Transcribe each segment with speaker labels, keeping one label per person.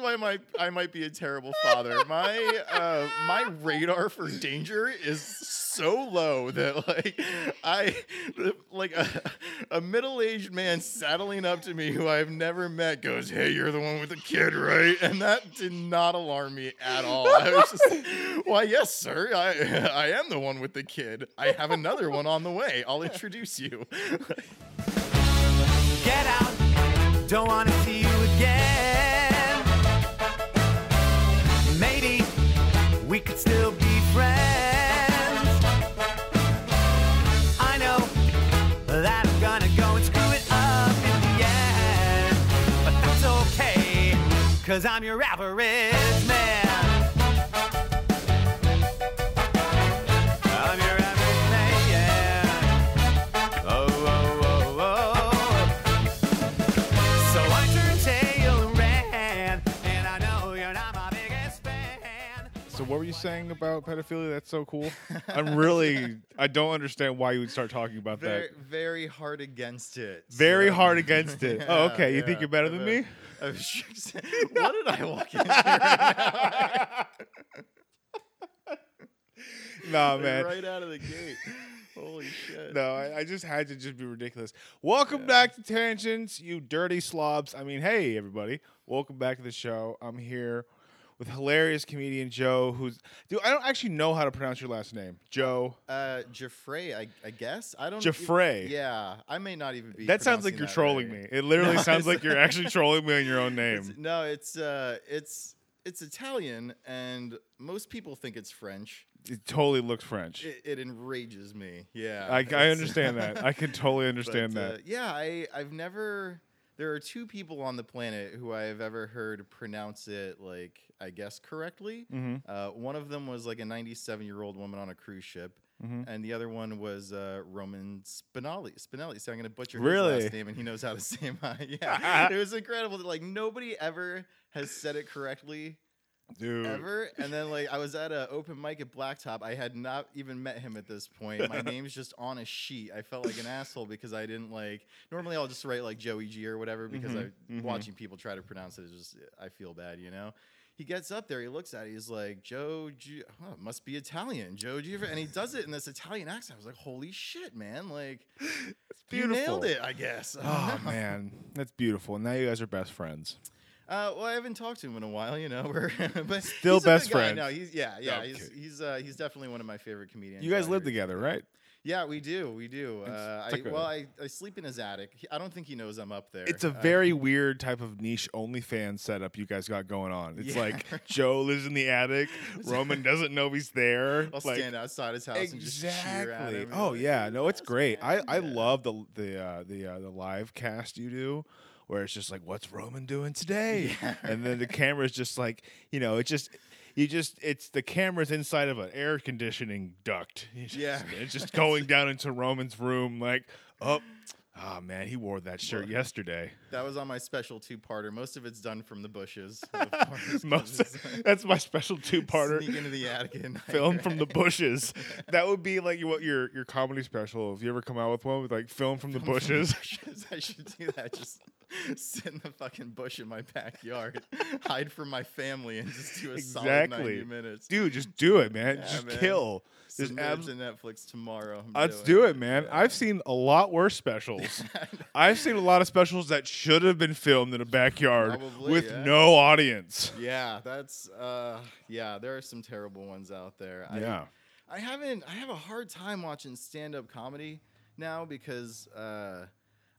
Speaker 1: why my I might be a terrible father. My uh, my radar for danger is so low that like I like a, a middle aged man saddling up to me who I've never met goes, "Hey, you're the one with the kid, right?" And that did not alarm me at all. I was just, "Why, yes, sir. I I am the one with the kid. I have another one on the way. I'll introduce you."
Speaker 2: Get out. Don't want to see you again. Maybe we could still be friends. I know that I'm gonna go and screw it up in the end. But that's okay, cause I'm your average man. I'm your average man. Oh, oh, oh, oh. So I turned tail and ran, and I know you're not my biggest fan.
Speaker 3: So what were you saying about pedophilia? That's so cool. I'm really I don't understand why you would start talking about
Speaker 1: Very,
Speaker 3: that.
Speaker 1: very hard against it.
Speaker 3: Very
Speaker 1: so-
Speaker 3: hard against it. oh,
Speaker 1: Yeah,
Speaker 3: okay. You think
Speaker 1: yeah.
Speaker 3: you're better than me?
Speaker 1: I was just- what did I walk in here?
Speaker 3: Nah, man.
Speaker 1: right out of the gate. Holy shit.
Speaker 3: No, I, I just had to just be ridiculous. Welcome back to Tangents, you dirty slobs. I mean, hey everybody, welcome back to the show. I'm here with hilarious comedian Joe, who's dude. I don't actually know how to pronounce your last name, Joe.
Speaker 1: Uh, Jeffrey, I, I guess. I don't. e-,
Speaker 3: Jeffrey.
Speaker 1: yeah, I may not even be.
Speaker 3: That sounds like you're trolling me. It literally
Speaker 1: No,
Speaker 3: sounds
Speaker 1: it's-
Speaker 3: like you're actually trolling me on your own name.
Speaker 1: no, it's uh, it's it's Italian, and most people think it's French.
Speaker 3: It totally looks French.
Speaker 1: It, it enrages me. Yeah,
Speaker 3: I, I
Speaker 1: it's-
Speaker 3: understand that. I can totally
Speaker 1: But,
Speaker 3: understand
Speaker 1: uh,
Speaker 3: that.
Speaker 1: yeah, I, I've never. There are two people on the planet who I have ever heard pronounce it like I guess correctly.
Speaker 3: Mhm.
Speaker 1: Uh, one of them was like a 97 year old woman on a cruise ship,
Speaker 3: Mhm.
Speaker 1: and the other one was uh, Roman Spinelli. Spinelli. So I'm gonna butcher his
Speaker 3: Really?
Speaker 1: last name, and he knows how to say mine. yeah, it was incredible. that, Like nobody ever has said it correctly
Speaker 3: Dude.
Speaker 1: ever. And then like I was at an open mic at Blacktop. I had not even met him at this point. My name's just on a sheet. I felt like an asshole because I didn't like. Normally I'll just write like Joey G or whatever because
Speaker 3: Mhm,
Speaker 1: I
Speaker 3: mhm.
Speaker 1: watching people try to pronounce it is just I feel bad, you know. He gets up there, he looks at it, he's like, Joe, G- huh, must be Italian, Joe G. And he does it in this Italian accent. I was like, holy shit, man. Like, you nailed
Speaker 3: beautiful.
Speaker 1: it, I guess. I don't
Speaker 3: Oh,
Speaker 1: know.
Speaker 3: man. That's beautiful. Now you guys are best friends.
Speaker 1: Uh, well, I haven't talked to him in a while, you know. We're but
Speaker 3: Still
Speaker 1: he's a good
Speaker 3: best
Speaker 1: guy.
Speaker 3: friends. Oh,
Speaker 1: No, he's yeah, yeah. He's
Speaker 3: Okay.
Speaker 1: he's uh, he's definitely one of my favorite comedians.
Speaker 3: You guys
Speaker 1: out
Speaker 3: live
Speaker 1: here.
Speaker 3: together, right?
Speaker 1: Yeah, we do, we do.
Speaker 3: It's-
Speaker 1: Uh,
Speaker 3: it's
Speaker 1: I,
Speaker 3: like a-
Speaker 1: well, I, I sleep in his attic. He- I don't think he knows I'm up there.
Speaker 3: It's a
Speaker 1: Uh,
Speaker 3: very weird type of niche OnlyFans setup you guys got going on. It's
Speaker 1: Yeah.
Speaker 3: like Joe lives in the attic, Roman doesn't know he's there.
Speaker 1: I'll
Speaker 3: like,
Speaker 1: stand outside his house and just cheer at
Speaker 3: Exactly.
Speaker 1: him.
Speaker 3: Oh yeah, no, it's great. I, I
Speaker 1: Yeah.
Speaker 3: love the the uh, the uh, the live cast you do, where it's just like, what's Roman doing today?
Speaker 1: Yeah,
Speaker 3: And then the camera's just like, you know, it just you just it's the camera's inside of an air conditioning duct. You just-
Speaker 1: Yeah.
Speaker 3: it's just going down into Roman's room like, oh, ah man, he wore that shirt yesterday.
Speaker 1: That was on my special two-parter. Most of it's done from the bushes. of course, 'cause
Speaker 3: Most
Speaker 1: it's, like,
Speaker 3: that's my special two parter.
Speaker 1: Sneak into the attic and
Speaker 3: film from the bushes. That would be like what your your comedy special. If you ever come out with one with like film from the bushes.
Speaker 1: bushes. I should do that. Just sit in the fucking bush in my backyard, hide from my family, and just do a solid ninety
Speaker 3: Exactly.
Speaker 1: minutes.
Speaker 3: Dude, just do it, man.
Speaker 1: Yeah,
Speaker 3: just
Speaker 1: man.
Speaker 3: kill. Just
Speaker 1: Submit
Speaker 3: abs-
Speaker 1: it to Netflix tomorrow. I'm
Speaker 3: Let's
Speaker 1: doing
Speaker 3: do it, man.
Speaker 1: Yeah.
Speaker 3: I've seen a lot worse specials. I've seen a lot of specials that should have been filmed in a backyard
Speaker 1: Probably,
Speaker 3: with
Speaker 1: yeah.
Speaker 3: no audience.
Speaker 1: Yeah, that's uh, yeah. There are some terrible ones out there. I,
Speaker 3: Yeah.
Speaker 1: I haven't. I have a hard time watching stand-up comedy now because uh,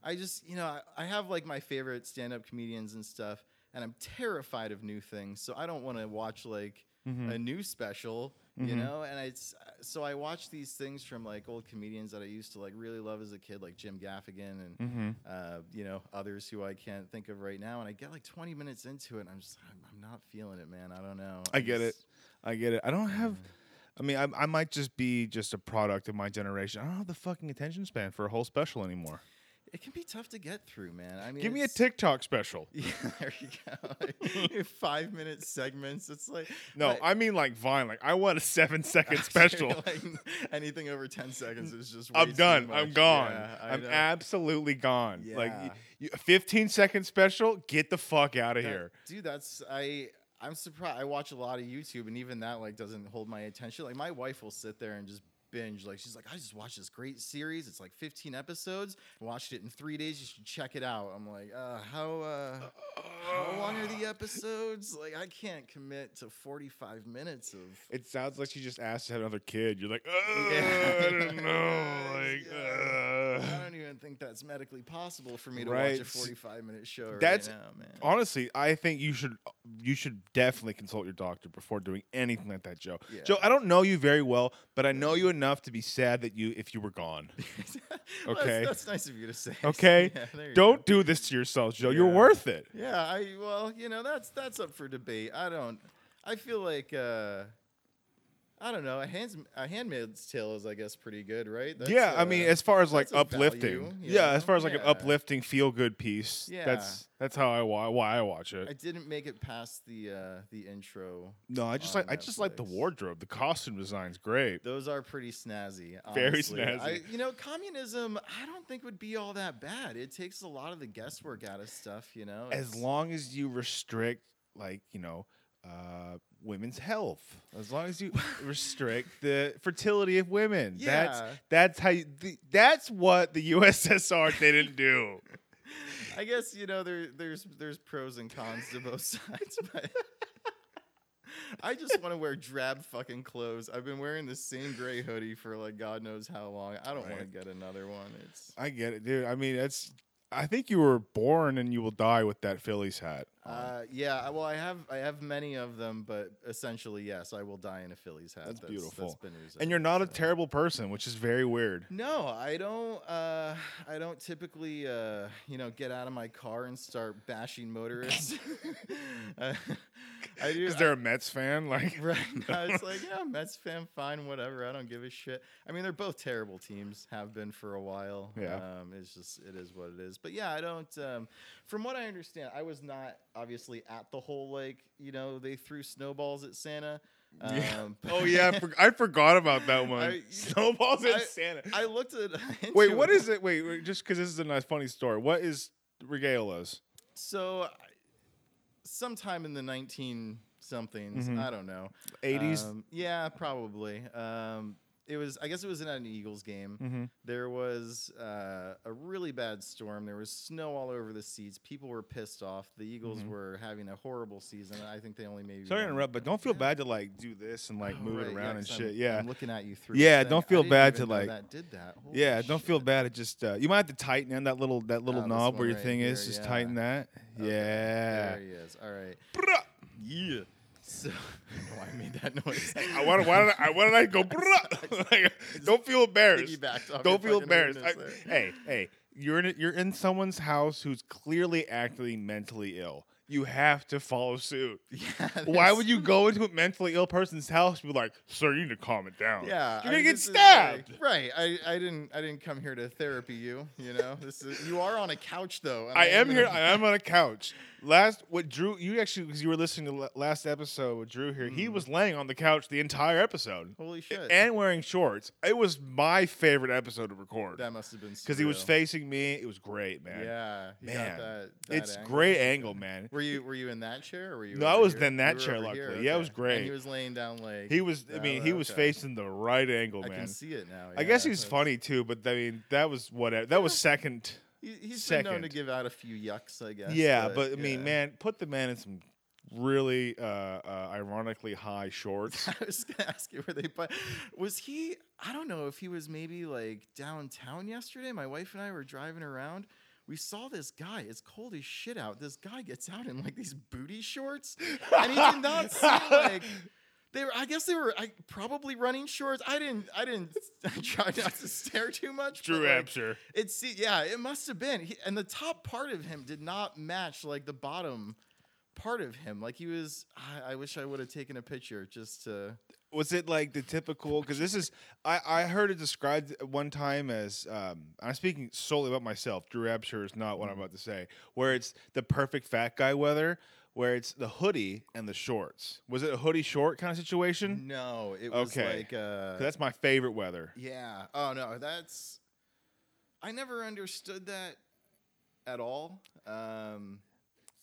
Speaker 1: I just, you know, I, I have like my favorite stand-up comedians and stuff, and I'm terrified of new things. So I don't want to watch like
Speaker 3: Mm-hmm.
Speaker 1: a new special, you know. And it's so I watch these things from like old comedians that I used to like really love as a kid, like Jim Gaffigan and
Speaker 3: Mm-hmm.
Speaker 1: uh, you know others who I can't think of right now. And I get like 20 minutes into it, and I'm just, I'm, I'm not feeling it, man. I don't know.
Speaker 3: I get it.
Speaker 1: just- Mm.
Speaker 3: I get it. I don't have. I mean, I, I might just be just a product of my generation. I don't have the fucking attention span for a whole special anymore.
Speaker 1: it can be tough to get through, man. I mean,
Speaker 3: Give me a
Speaker 1: it's-
Speaker 3: TikTok special.
Speaker 1: Yeah, there you go. Five minute segments. It's like
Speaker 3: No,
Speaker 1: like-
Speaker 3: I mean like Vine. Like I want a seven second special.
Speaker 1: like, anything over ten seconds is just. way
Speaker 3: I'm
Speaker 1: too
Speaker 3: done. I'm
Speaker 1: much.
Speaker 3: gone.
Speaker 1: Yeah, I
Speaker 3: I'm
Speaker 1: know.
Speaker 3: absolutely gone. Like y-
Speaker 1: Yeah.
Speaker 3: y- a 15 second special. Get the fuck out of
Speaker 1: That-
Speaker 3: here.
Speaker 1: dude. That's I. I'm surprised. I watch a lot of YouTube, and even that like doesn't hold my attention. Like my wife will sit there and just binge. Like she's like, I just watched this great series. It's like 15 episodes. I watched it in three days. You should check it out. I'm like, uh, how uh, how long are the episodes? Like I can't commit to 45 minutes of.
Speaker 3: It sounds like she just asked to have another kid. You're like,
Speaker 1: Yeah.
Speaker 3: "Uh, I don't know. Like,
Speaker 1: Yeah. I
Speaker 3: uh."
Speaker 1: don't even think that's medically possible for me to watch
Speaker 3: Right.
Speaker 1: a 45 minute show right
Speaker 3: That's-
Speaker 1: now, man.
Speaker 3: honestly, I think you should you should definitely consult your doctor before doing anything like that, Joe.
Speaker 1: Yeah.
Speaker 3: Joe, I don't know you very well, but I know you enough to be sad that you if you were gone.
Speaker 1: Well, that's-
Speaker 3: Okay.
Speaker 1: That's, nice of you to say.
Speaker 3: Okay.
Speaker 1: Yeah, there you go.
Speaker 3: Don't do this to yourself, Joe. You're
Speaker 1: Yeah.
Speaker 3: worth it.
Speaker 1: Yeah, I well, you know, that's that's up for debate. I don't I feel like uh I don't know, a hands a handmaid's tale is I guess pretty good, right? That's,
Speaker 3: yeah, I mean,
Speaker 1: uh,
Speaker 3: as far as like
Speaker 1: that's a value,
Speaker 3: uplifting,
Speaker 1: you
Speaker 3: yeah,
Speaker 1: know?
Speaker 3: as far as like an
Speaker 1: Yeah.
Speaker 3: uplifting, feel good piece.
Speaker 1: Yeah.
Speaker 3: that's that's how I wa- why I watch it.
Speaker 1: I didn't make it past the uh the intro.
Speaker 3: no, I just
Speaker 1: on
Speaker 3: like I just like the
Speaker 1: Netflix.
Speaker 3: wardrobe. The costume design's great.
Speaker 1: Those are pretty snazzy.
Speaker 3: Very
Speaker 1: honestly.
Speaker 3: snazzy.
Speaker 1: I, you know, communism, I don't think would be all that bad. It takes a lot of the guesswork out of stuff, you know.
Speaker 3: As
Speaker 1: It's-
Speaker 3: long as you restrict, like you know, uh, women's health. As long as you restrict the fertility of women.
Speaker 1: Yeah.
Speaker 3: That's that's how you, the, that's what the USSR they didn't do.
Speaker 1: I guess you know there there's there's pros and cons to both sides, but I just want to wear drab fucking clothes. I've been wearing the same gray hoodie for like God knows how long. I don't want to
Speaker 3: Right.
Speaker 1: get another one. It's
Speaker 3: I get it, dude. I mean, that's. I think you were born and you will die with that Phillies hat. on.
Speaker 1: uh, yeah. I- Well, I have I have many of them, but essentially yes, I will die in a Phillies hat.
Speaker 3: That's
Speaker 1: That's
Speaker 3: beautiful.
Speaker 1: been
Speaker 3: and you're not a
Speaker 1: resolved, so.
Speaker 3: terrible person, which is very weird.
Speaker 1: No, I don't. Uh, I don't typically, uh, you know, get out of my car and start bashing motorists. I, I do.
Speaker 3: Is there a Mets fan? Like,
Speaker 1: Right now, it's like, yeah, Mets fan, fine, whatever. I don't give a shit. I mean, they're both terrible teams, have been for a while.
Speaker 3: Yeah.
Speaker 1: Um, it's just, it is what it is. But yeah, I don't, um, from what I understand, I was not obviously at the whole, like, you know, they threw snowballs at Santa. Um,
Speaker 3: Yeah.
Speaker 1: but
Speaker 3: oh yeah, I, for- I forgot about that one.
Speaker 1: I- you-
Speaker 3: Snowballs and
Speaker 1: I-
Speaker 3: Santa.
Speaker 1: I looked at.
Speaker 3: wait,
Speaker 1: into
Speaker 3: what is it? Wait, wait just because this is a nice, funny story. What is regalos?
Speaker 1: So, I- sometime in the 19 somethings,
Speaker 3: Mhm.
Speaker 1: I don't know.
Speaker 3: Eighties.
Speaker 1: Um, yeah, probably. Um, it was, I guess it was in an Eagles game.
Speaker 3: mm-hmm.
Speaker 1: There was uh, a really bad storm. There was snow all over the seats. People were pissed off. The Eagles
Speaker 3: Mhm.
Speaker 1: were having a horrible season. I think they only maybe.
Speaker 3: Sorry to
Speaker 1: won-
Speaker 3: interrupt, but don't feel
Speaker 1: Yeah.
Speaker 3: bad to like do this and like
Speaker 1: Oh,
Speaker 3: move
Speaker 1: right,
Speaker 3: it
Speaker 1: yeah,
Speaker 3: around and
Speaker 1: 'cause
Speaker 3: shit.
Speaker 1: I'm-
Speaker 3: yeah,
Speaker 1: I'm looking at you through.
Speaker 3: Yeah,
Speaker 1: this
Speaker 3: don't
Speaker 1: thing. I
Speaker 3: feel
Speaker 1: didn't
Speaker 3: bad
Speaker 1: even
Speaker 3: to,
Speaker 1: know
Speaker 3: like-
Speaker 1: that did that. Holy
Speaker 3: yeah. Don't feel
Speaker 1: shit.
Speaker 3: bad. It just uh, you might have to tighten in that little that little Ah,
Speaker 1: Oh, this
Speaker 3: knob
Speaker 1: one
Speaker 3: where your
Speaker 1: right
Speaker 3: thing
Speaker 1: here,
Speaker 3: is. Just
Speaker 1: yeah.
Speaker 3: tighten that.
Speaker 1: Okay,
Speaker 3: Yeah.
Speaker 1: There he is. All right.
Speaker 3: Bruh.
Speaker 1: Yeah. So Oh, I made that noise.
Speaker 3: I want. Why did I? Why did I go? bruh? Like, don't feel embarrassed.
Speaker 1: Piggybacked off your
Speaker 3: Don't feel
Speaker 1: fucking
Speaker 3: embarrassed.
Speaker 1: weirdness
Speaker 3: I-
Speaker 1: there.
Speaker 3: hey, hey, you're in. A, you're in someone's house who's clearly actively mentally ill. You have to follow suit.
Speaker 1: Yeah,
Speaker 3: Why
Speaker 1: this-
Speaker 3: would you go into a mentally ill person's house and be like, "Sir, you need to calm it down.
Speaker 1: Yeah,
Speaker 3: you're
Speaker 1: I
Speaker 3: gonna
Speaker 1: mean,
Speaker 3: get
Speaker 1: this is
Speaker 3: stabbed."
Speaker 1: like- right. I, I didn't I didn't come here to therapy you. You know, this is you are on a couch though. and
Speaker 3: I am
Speaker 1: in
Speaker 3: here.
Speaker 1: a-
Speaker 3: I am on a couch. Last, what Drew? You actually, because you were listening to la- last episode with Drew here, he was laying on the couch the entire episode
Speaker 1: Holy Mm. Oh, shit!
Speaker 3: and wearing shorts. It was my favorite episode to record.
Speaker 1: that must have been
Speaker 3: because he was
Speaker 1: surreal.
Speaker 3: facing me. It was great, man.
Speaker 1: Yeah, he got
Speaker 3: Man,
Speaker 1: that- that
Speaker 3: it's
Speaker 1: angle.
Speaker 3: great angle, man.
Speaker 1: Were you were you in that chair? Or were you?
Speaker 3: No, I
Speaker 1: over
Speaker 3: was
Speaker 1: here?
Speaker 3: in that
Speaker 1: You were
Speaker 3: chair,
Speaker 1: over
Speaker 3: luckily.
Speaker 1: here,
Speaker 3: Yeah, it was
Speaker 1: And
Speaker 3: great.
Speaker 1: he was laying down like
Speaker 3: He was. I
Speaker 1: Yeah,
Speaker 3: mean, he was
Speaker 1: okay.
Speaker 3: facing the right angle,
Speaker 1: I
Speaker 3: man.
Speaker 1: can see it now.
Speaker 3: I guess
Speaker 1: yeah,
Speaker 3: he's
Speaker 1: that's-
Speaker 3: funny too, but I mean, that was what that was second.
Speaker 1: He, he's been known to
Speaker 3: Second.
Speaker 1: give out a few yucks, I guess.
Speaker 3: yeah, but I mean,
Speaker 1: yeah.
Speaker 3: man, put the man in some really uh, uh ironically high shorts.
Speaker 1: I was gonna ask you where they but was he I don't know if he was maybe like downtown yesterday. My wife and I were driving around. We saw this guy. It's cold as shit out. This guy gets out in like these booty shorts, and he did not seem like they were. I guess they were I, probably running shorts. I didn't. I didn't. I tried not to stare too much.
Speaker 3: Drew
Speaker 1: but, like,
Speaker 3: Absher.
Speaker 1: It see, yeah, it must have been. He, and the top part of him did not match like the bottom part of him. Like he was. I, I wish I would have taken a picture just to.
Speaker 3: was it like the typical? Because this is, I, I heard it described at one time as, um, and I'm speaking solely about myself. Drew Absher is not what
Speaker 1: Mm-hmm.
Speaker 3: I'm about to say. Where it's the perfect fat guy weather, where it's the hoodie and the shorts. Was it a hoodie short kind of situation?
Speaker 1: No, it was
Speaker 3: Okay.
Speaker 1: like uh
Speaker 3: 'Cause That's my favorite weather.
Speaker 1: yeah. Oh no, that's I never understood that at all. Um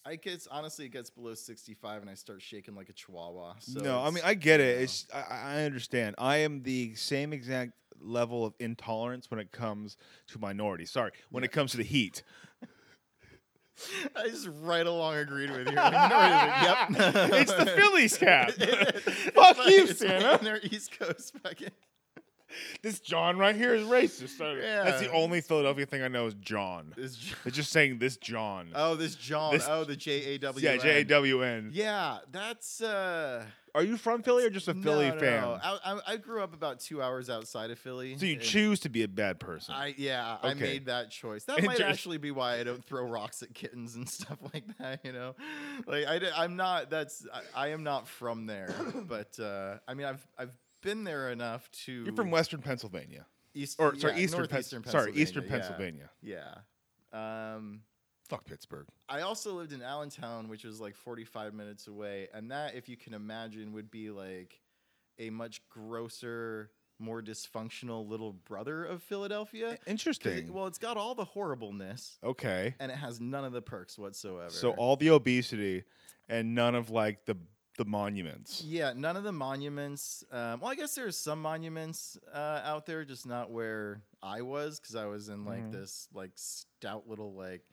Speaker 1: I guess honestly it gets below 65 and I start shaking like a chihuahua. So
Speaker 3: no, I
Speaker 1: it's-
Speaker 3: mean I get
Speaker 1: you
Speaker 3: it.
Speaker 1: know.
Speaker 3: It's I, I I understand. I am the same exact level of intolerance when it comes to minorities. Sorry, when it comes to the heat.
Speaker 1: I just right along agreed with you. Like, no, wait a minute, yep.
Speaker 3: it's the Phillies cap.
Speaker 1: It's like-
Speaker 3: Fuck you,
Speaker 1: it's like
Speaker 3: Santa.
Speaker 1: in their East Coast fucking.
Speaker 3: this John right here is racist. That's the
Speaker 1: Yeah.
Speaker 3: only Philadelphia thing I know is John.
Speaker 1: This, J-
Speaker 3: It's just saying this John.
Speaker 1: oh, this John.
Speaker 3: This-
Speaker 1: oh, the J A W.
Speaker 3: yeah, J A W N.
Speaker 1: Yeah, that's uh.
Speaker 3: Are you from Philly or just a Philly
Speaker 1: no, no,
Speaker 3: fan?
Speaker 1: no. I, I, I grew up about two hours outside of Philly.
Speaker 3: So you
Speaker 1: and
Speaker 3: choose to be a bad person.
Speaker 1: I yeah, I
Speaker 3: Okay.
Speaker 1: made that choice. That might
Speaker 3: Inter-
Speaker 1: actually be why I don't throw rocks at kittens and stuff like that. You know, like I, di- I'm not. That's I, I am not from there. But uh, I mean, I've I've been there enough to.
Speaker 3: You're from Western Pennsylvania,
Speaker 1: East
Speaker 3: or sorry,
Speaker 1: yeah,
Speaker 3: Eastern, Pen-
Speaker 1: northeastern
Speaker 3: sorry, Eastern
Speaker 1: Pennsylvania.
Speaker 3: Pennsylvania.
Speaker 1: Yeah. yeah. Um.
Speaker 3: Fuck Pittsburgh.
Speaker 1: I also lived in Allentown, which was like 45 minutes away. And that, if you can imagine, would be like a much grosser, more dysfunctional little brother of Philadelphia. 'Cause
Speaker 3: Interesting.
Speaker 1: It, Uh, well, it's got all the horribleness
Speaker 3: okay.
Speaker 1: and it has none of the perks whatsoever.
Speaker 3: So all the obesity and none of like the the monuments.
Speaker 1: Yeah, none of the monuments. Um, well, I guess there's some monuments uh, out there, just not where I was, because I was in like
Speaker 3: Mhm.
Speaker 1: this like stout little like.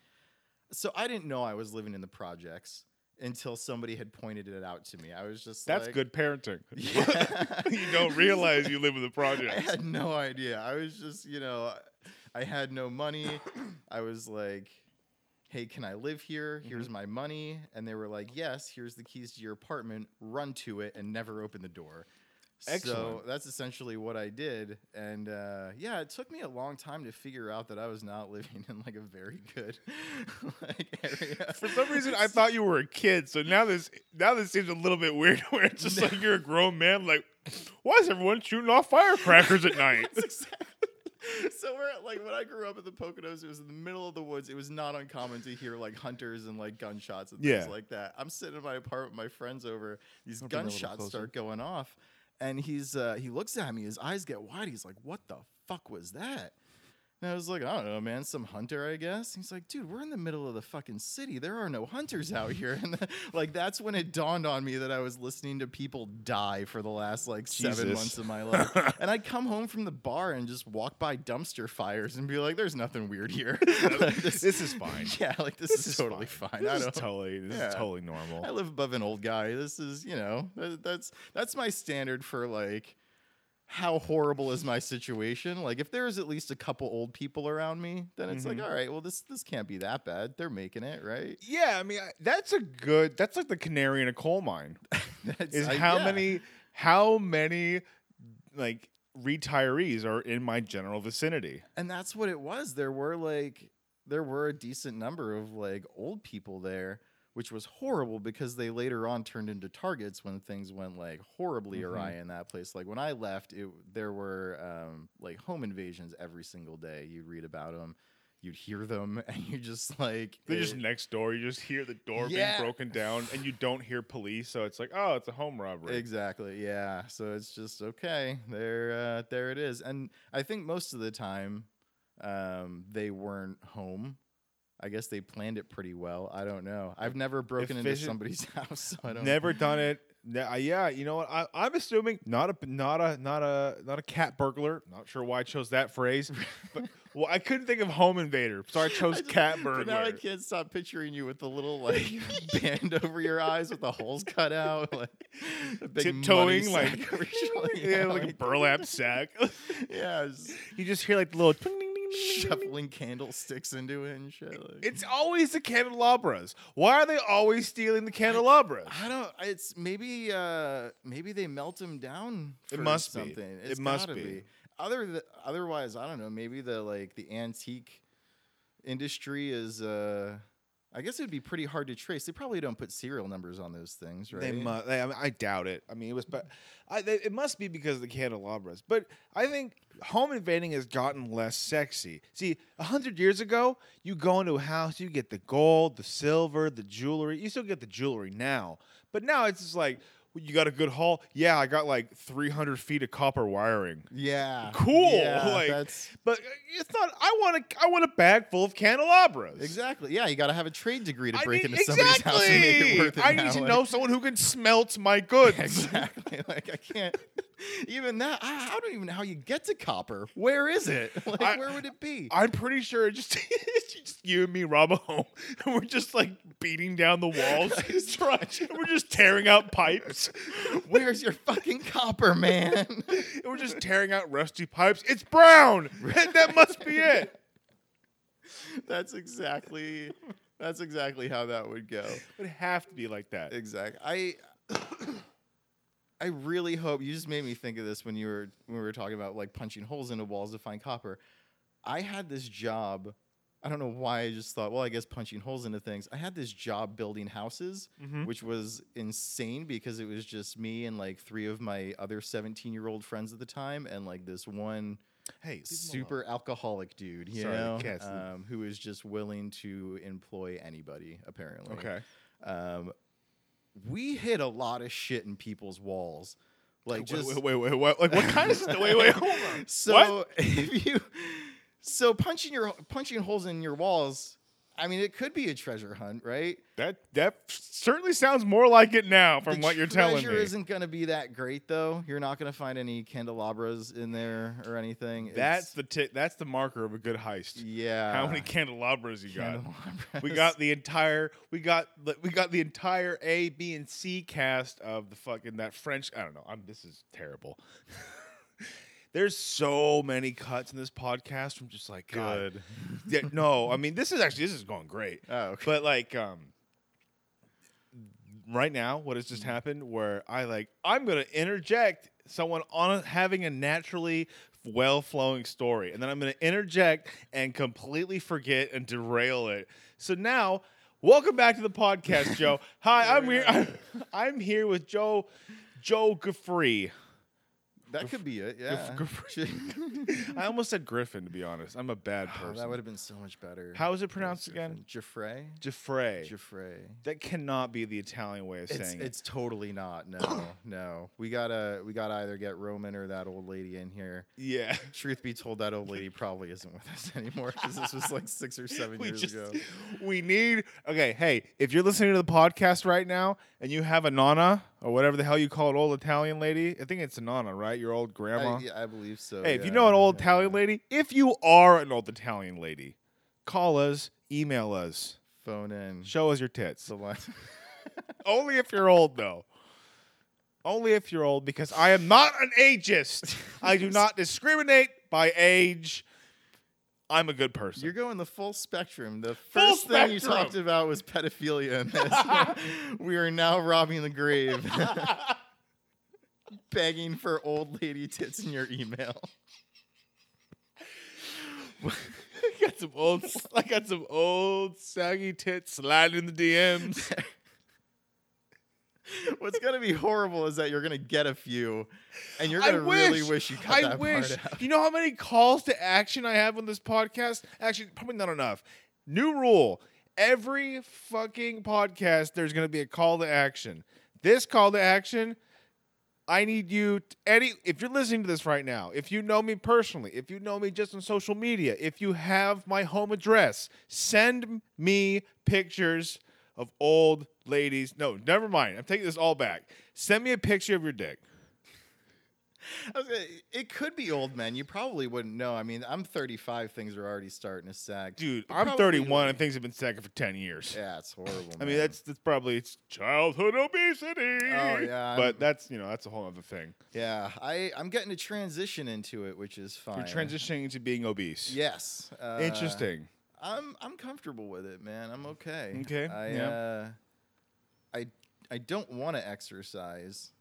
Speaker 1: So I didn't know I was living in the projects until somebody had pointed it out to me. I was just
Speaker 3: That's
Speaker 1: like-
Speaker 3: good parenting.
Speaker 1: Yeah.
Speaker 3: you don't realize you live in the
Speaker 1: I
Speaker 3: project.
Speaker 1: had no idea. I was just you know, I had no money. I was like. Hey, can I live here? Here's
Speaker 3: Mm-hmm.
Speaker 1: my money. And they were like, Yes, here's the keys to your apartment. Run to it and never open the door. So
Speaker 3: Excellent.
Speaker 1: that's essentially what I did. And uh, yeah, it took me a long time to figure out that I was not living in like a very good like area.
Speaker 3: For some reason, I thought you were a kid. So now this now this seems a little bit weird. Where it's just like you're a grown man. Like, why is everyone shooting off firecrackers at night?
Speaker 1: That's exactly. So we're at, like when I grew up in the Poconos, it was in the middle of the woods. It was not uncommon to hear like hunters and like gunshots and things
Speaker 3: Yeah.
Speaker 1: like that. I'm sitting in my apartment, with my friends over. These
Speaker 3: bring that a little
Speaker 1: gunshots
Speaker 3: closer.
Speaker 1: start going off, and he's uh, he looks at me. His eyes get wide. He's like, "What the fuck was that?" And I was like, "I don't know, man. Some hunter, I guess." He's like, "Dude, we're in the middle of the fucking city. There are no hunters out here." And like that's when it dawned on me that I was listening to people die for the last like seven
Speaker 3: Jesus.
Speaker 1: months of my life. and I'd come home from the bar and just walk by dumpster fires and be like, "There's nothing weird here. Like,
Speaker 3: This is fine.
Speaker 1: Yeah, like this, is, totally fine. I
Speaker 3: This is
Speaker 1: don't.
Speaker 3: totally this
Speaker 1: Yeah.
Speaker 3: is totally
Speaker 1: I
Speaker 3: normal.
Speaker 1: live above an old guy. This is, you know, that, that's that's my standard for like how horrible is my situation. Like if there's at least a couple old people around me, then it's
Speaker 3: Mhm.
Speaker 1: like, all right, well this this can't be that bad. They're making it right.
Speaker 3: Yeah, I mean I- that's a good. That's like the canary in a coal mine.
Speaker 1: That's,
Speaker 3: Is
Speaker 1: I-
Speaker 3: how
Speaker 1: yeah.
Speaker 3: many how many like retirees are in my general vicinity?
Speaker 1: and that's what it was there were like there were a decent number of like old people there which was horrible because they later on turned into targets when things went like horribly
Speaker 3: Mhm.
Speaker 1: awry in that place like when i left it there were um, like home invasions every single day you'd read about them you'd hear them and you just like
Speaker 3: They're just
Speaker 1: it-
Speaker 3: next door. You just hear the door
Speaker 1: Yeah.
Speaker 3: being broken down, and you don't hear police. So it's like, oh, it's a home robbery.
Speaker 1: Exactly. Yeah. So it's just okay. There, uh, there it is. And I think most of the time, um, they weren't home. I guess they planned it pretty well. I don't know. I've never broken into
Speaker 3: Efficient-
Speaker 1: somebody's house, so I don't.
Speaker 3: Never done it. Ne- I- Yeah, you know what? I, I'm assuming not a not a not a not a cat burglar. Not sure why I chose that phrase, but well, I couldn't think of home invader, so I chose
Speaker 1: I just-
Speaker 3: cat
Speaker 1: But now I
Speaker 3: burglar.
Speaker 1: can't stop picturing you with the little like band over your eyes with the holes cut out, like a big money
Speaker 3: Tiptoeing
Speaker 1: sack
Speaker 3: like
Speaker 1: over your shoulder.
Speaker 3: yeah, like a burlap sack.
Speaker 1: Yeah, just
Speaker 3: you just hear like the little. twing, ding, ding, ding, ding, ding.
Speaker 1: shuffling candlesticks into it and shit. like-
Speaker 3: It's always the candelabras. Why are they always stealing the candelabras?
Speaker 1: I don't. It's maybe uh maybe they melt them down.
Speaker 3: It
Speaker 1: for
Speaker 3: must be.
Speaker 1: something.
Speaker 3: It
Speaker 1: It's
Speaker 3: must
Speaker 1: gotta
Speaker 3: be.
Speaker 1: Other th- otherwise, I don't know. Maybe the like the antique industry is uh I guess it would be pretty hard to trace. They probably don't put serial numbers on those things, right?
Speaker 3: They must. They, I, mean, I doubt it. I mean, it was, but I, they, it must be because of the candelabras. But I think home invading has gotten less sexy. See, a hundred years ago, you go into a house, you get the gold, the silver, the jewelry. You still get the jewelry now, but now it's just like well, you got a good haul. Yeah, I got like three hundred feet of copper wiring.
Speaker 1: Yeah.
Speaker 3: Cool.
Speaker 1: Yeah,
Speaker 3: like,
Speaker 1: that's
Speaker 3: but uh, it's not. I want a. I want a bag full of candelabras.
Speaker 1: exactly. Yeah, you got to have a trade degree to
Speaker 3: I
Speaker 1: break
Speaker 3: need-
Speaker 1: into somebody's house and make it
Speaker 3: exactly.
Speaker 1: worth it.
Speaker 3: I
Speaker 1: now,
Speaker 3: need to
Speaker 1: like-
Speaker 3: know someone who can smelt my goods.
Speaker 1: exactly. Like I can't even that. I, I don't even know how you get to copper. Where is it? Like
Speaker 3: I-
Speaker 1: where would it be?
Speaker 3: I'm pretty sure it just, it's just you and me rob a home, and we're just like beating down the walls. trying, and we're just tearing out pipes.
Speaker 1: Where's your fucking copper, man?
Speaker 3: And we're just tearing out rusty pipes. It's brown. that must be it.
Speaker 1: that's exactly. That's exactly how that would go.
Speaker 3: It would have to be like that.
Speaker 1: Exactly. I. I really hope you just made me think of this when you were when we were talking about like punching holes into walls to find copper. I had this job. I don't know why I just thought, well, I guess punching holes into things. I had this job building houses,
Speaker 3: Mm-hmm. Hmm?
Speaker 1: which was insane because it was just me and like three of my other 17 year old friends at the time and like this one
Speaker 3: Hey,
Speaker 1: super alcoholic dude, you
Speaker 3: Sorry,
Speaker 1: know,
Speaker 3: yes.
Speaker 1: um, who is just willing to employ anybody, apparently.
Speaker 3: Okay.
Speaker 1: Um, we hit a lot of shit in people's walls. Like,
Speaker 3: Wait,
Speaker 1: just.
Speaker 3: wait, wait, wait, what? Like, what kind of stuff? Wait, wait, hold on.
Speaker 1: So if you so punching your punching holes in your walls, I mean it could be a treasure hunt, right?
Speaker 3: That that certainly sounds more like it now from
Speaker 1: The
Speaker 3: what you're telling
Speaker 1: Treasure
Speaker 3: me.
Speaker 1: isn't going to be that great though. You're not going to find any candelabras in there or anything. It's-
Speaker 3: That's the ti- that's the marker of a good heist.
Speaker 1: yeah.
Speaker 3: How many candelabras you got?
Speaker 1: candelabras?
Speaker 3: We got the entire we got the, we got the entire A, B, and C cast of the fucking that French. I don't know. I'm this is terrible. There's so many cuts in this podcast from just like God.
Speaker 1: good.
Speaker 3: Yeah, no, I mean this is actually this is going great.
Speaker 1: Oh, okay.
Speaker 3: But like um right now what has just
Speaker 1: Mm-hmm.
Speaker 3: happened where I like I'm going to interject someone on a, having a naturally well-flowing story and then I'm going to interject and completely forget and derail it. So now welcome back to the podcast, Joe. Hi, I'm here I'm, I'm here with Joe Joe Gaffrey.
Speaker 1: that could be it. Yeah.
Speaker 3: I almost said Griffin to be honest. I'm a bad
Speaker 1: Oh,
Speaker 3: person.
Speaker 1: that would have been so much better.
Speaker 3: How is it
Speaker 1: Where's
Speaker 3: pronounced
Speaker 1: Geoffrey?
Speaker 3: again?
Speaker 1: Geoffrey.
Speaker 3: Jeffrey.
Speaker 1: Geoffrey.
Speaker 3: That cannot be the Italian way of
Speaker 1: It's,
Speaker 3: saying it.
Speaker 1: it's totally not. No, no. We gotta we gotta either get Roman or that old lady in here.
Speaker 3: Yeah.
Speaker 1: Truth be told, that old lady probably isn't with us anymore because this was like six or seven
Speaker 3: We
Speaker 1: years
Speaker 3: just
Speaker 1: ago.
Speaker 3: we need okay, hey, if you're listening to the podcast right now and you have a nonna or whatever the hell you call an old Italian lady, I think it's a nonna, right? Your old grandma.
Speaker 1: I, Uh, yeah, I believe so.
Speaker 3: hey, if you
Speaker 1: yeah,
Speaker 3: know an old
Speaker 1: yeah,
Speaker 3: Italian
Speaker 1: yeah.
Speaker 3: lady, if you are an old Italian lady, call us, email us,
Speaker 1: phone in.
Speaker 3: show us your tits.
Speaker 1: The line.
Speaker 3: Only if you're old though. Only if you're old because I am not an ageist. I do not discriminate by age. I'm a good person.
Speaker 1: You're going the full spectrum. The
Speaker 3: Full
Speaker 1: first thing you talked
Speaker 3: spectrum.
Speaker 1: about was pedophilia in this. we are now robbing the grave. Begging for old lady tits in your email.
Speaker 3: got some old, I got some old saggy tits sliding in the DMs.
Speaker 1: What's gonna be horrible is that you're gonna get a few, and you're gonna really wish you cut
Speaker 3: I
Speaker 1: that
Speaker 3: wish.
Speaker 1: part out.
Speaker 3: You know how many calls to action I have on this podcast? Actually, probably not enough. New rule: every fucking podcast, there's going to be a call to action. This call to action. I need you t- any if you're listening to this right now, if you know me personally, if you know me just on social media, if you have my home address, send me pictures of old ladies. No, never mind. I'm taking this all back. Send me a picture of your dick.
Speaker 1: I was gonna- It could be old men. You probably wouldn't know. I mean, I'm 35. Things are already starting to sag.
Speaker 3: dude,
Speaker 1: But
Speaker 3: I'm
Speaker 1: probably,
Speaker 3: 31
Speaker 1: like-
Speaker 3: and things have been sagging for 10 years.
Speaker 1: yeah, it's horrible.
Speaker 3: I
Speaker 1: man.
Speaker 3: mean, that's that's probably it's childhood obesity.
Speaker 1: Oh, yeah,
Speaker 3: but
Speaker 1: I'm-
Speaker 3: that's you know that's a whole other thing.
Speaker 1: yeah. I I'm getting a transition into it, which is fine.
Speaker 3: You're transitioning to being obese.
Speaker 1: Yes. Uh,
Speaker 3: interesting.
Speaker 1: I'm I'm comfortable with it, man. I'm okay.
Speaker 3: Okay,
Speaker 1: I
Speaker 3: yeah.
Speaker 1: uh, I I don't want to exercise.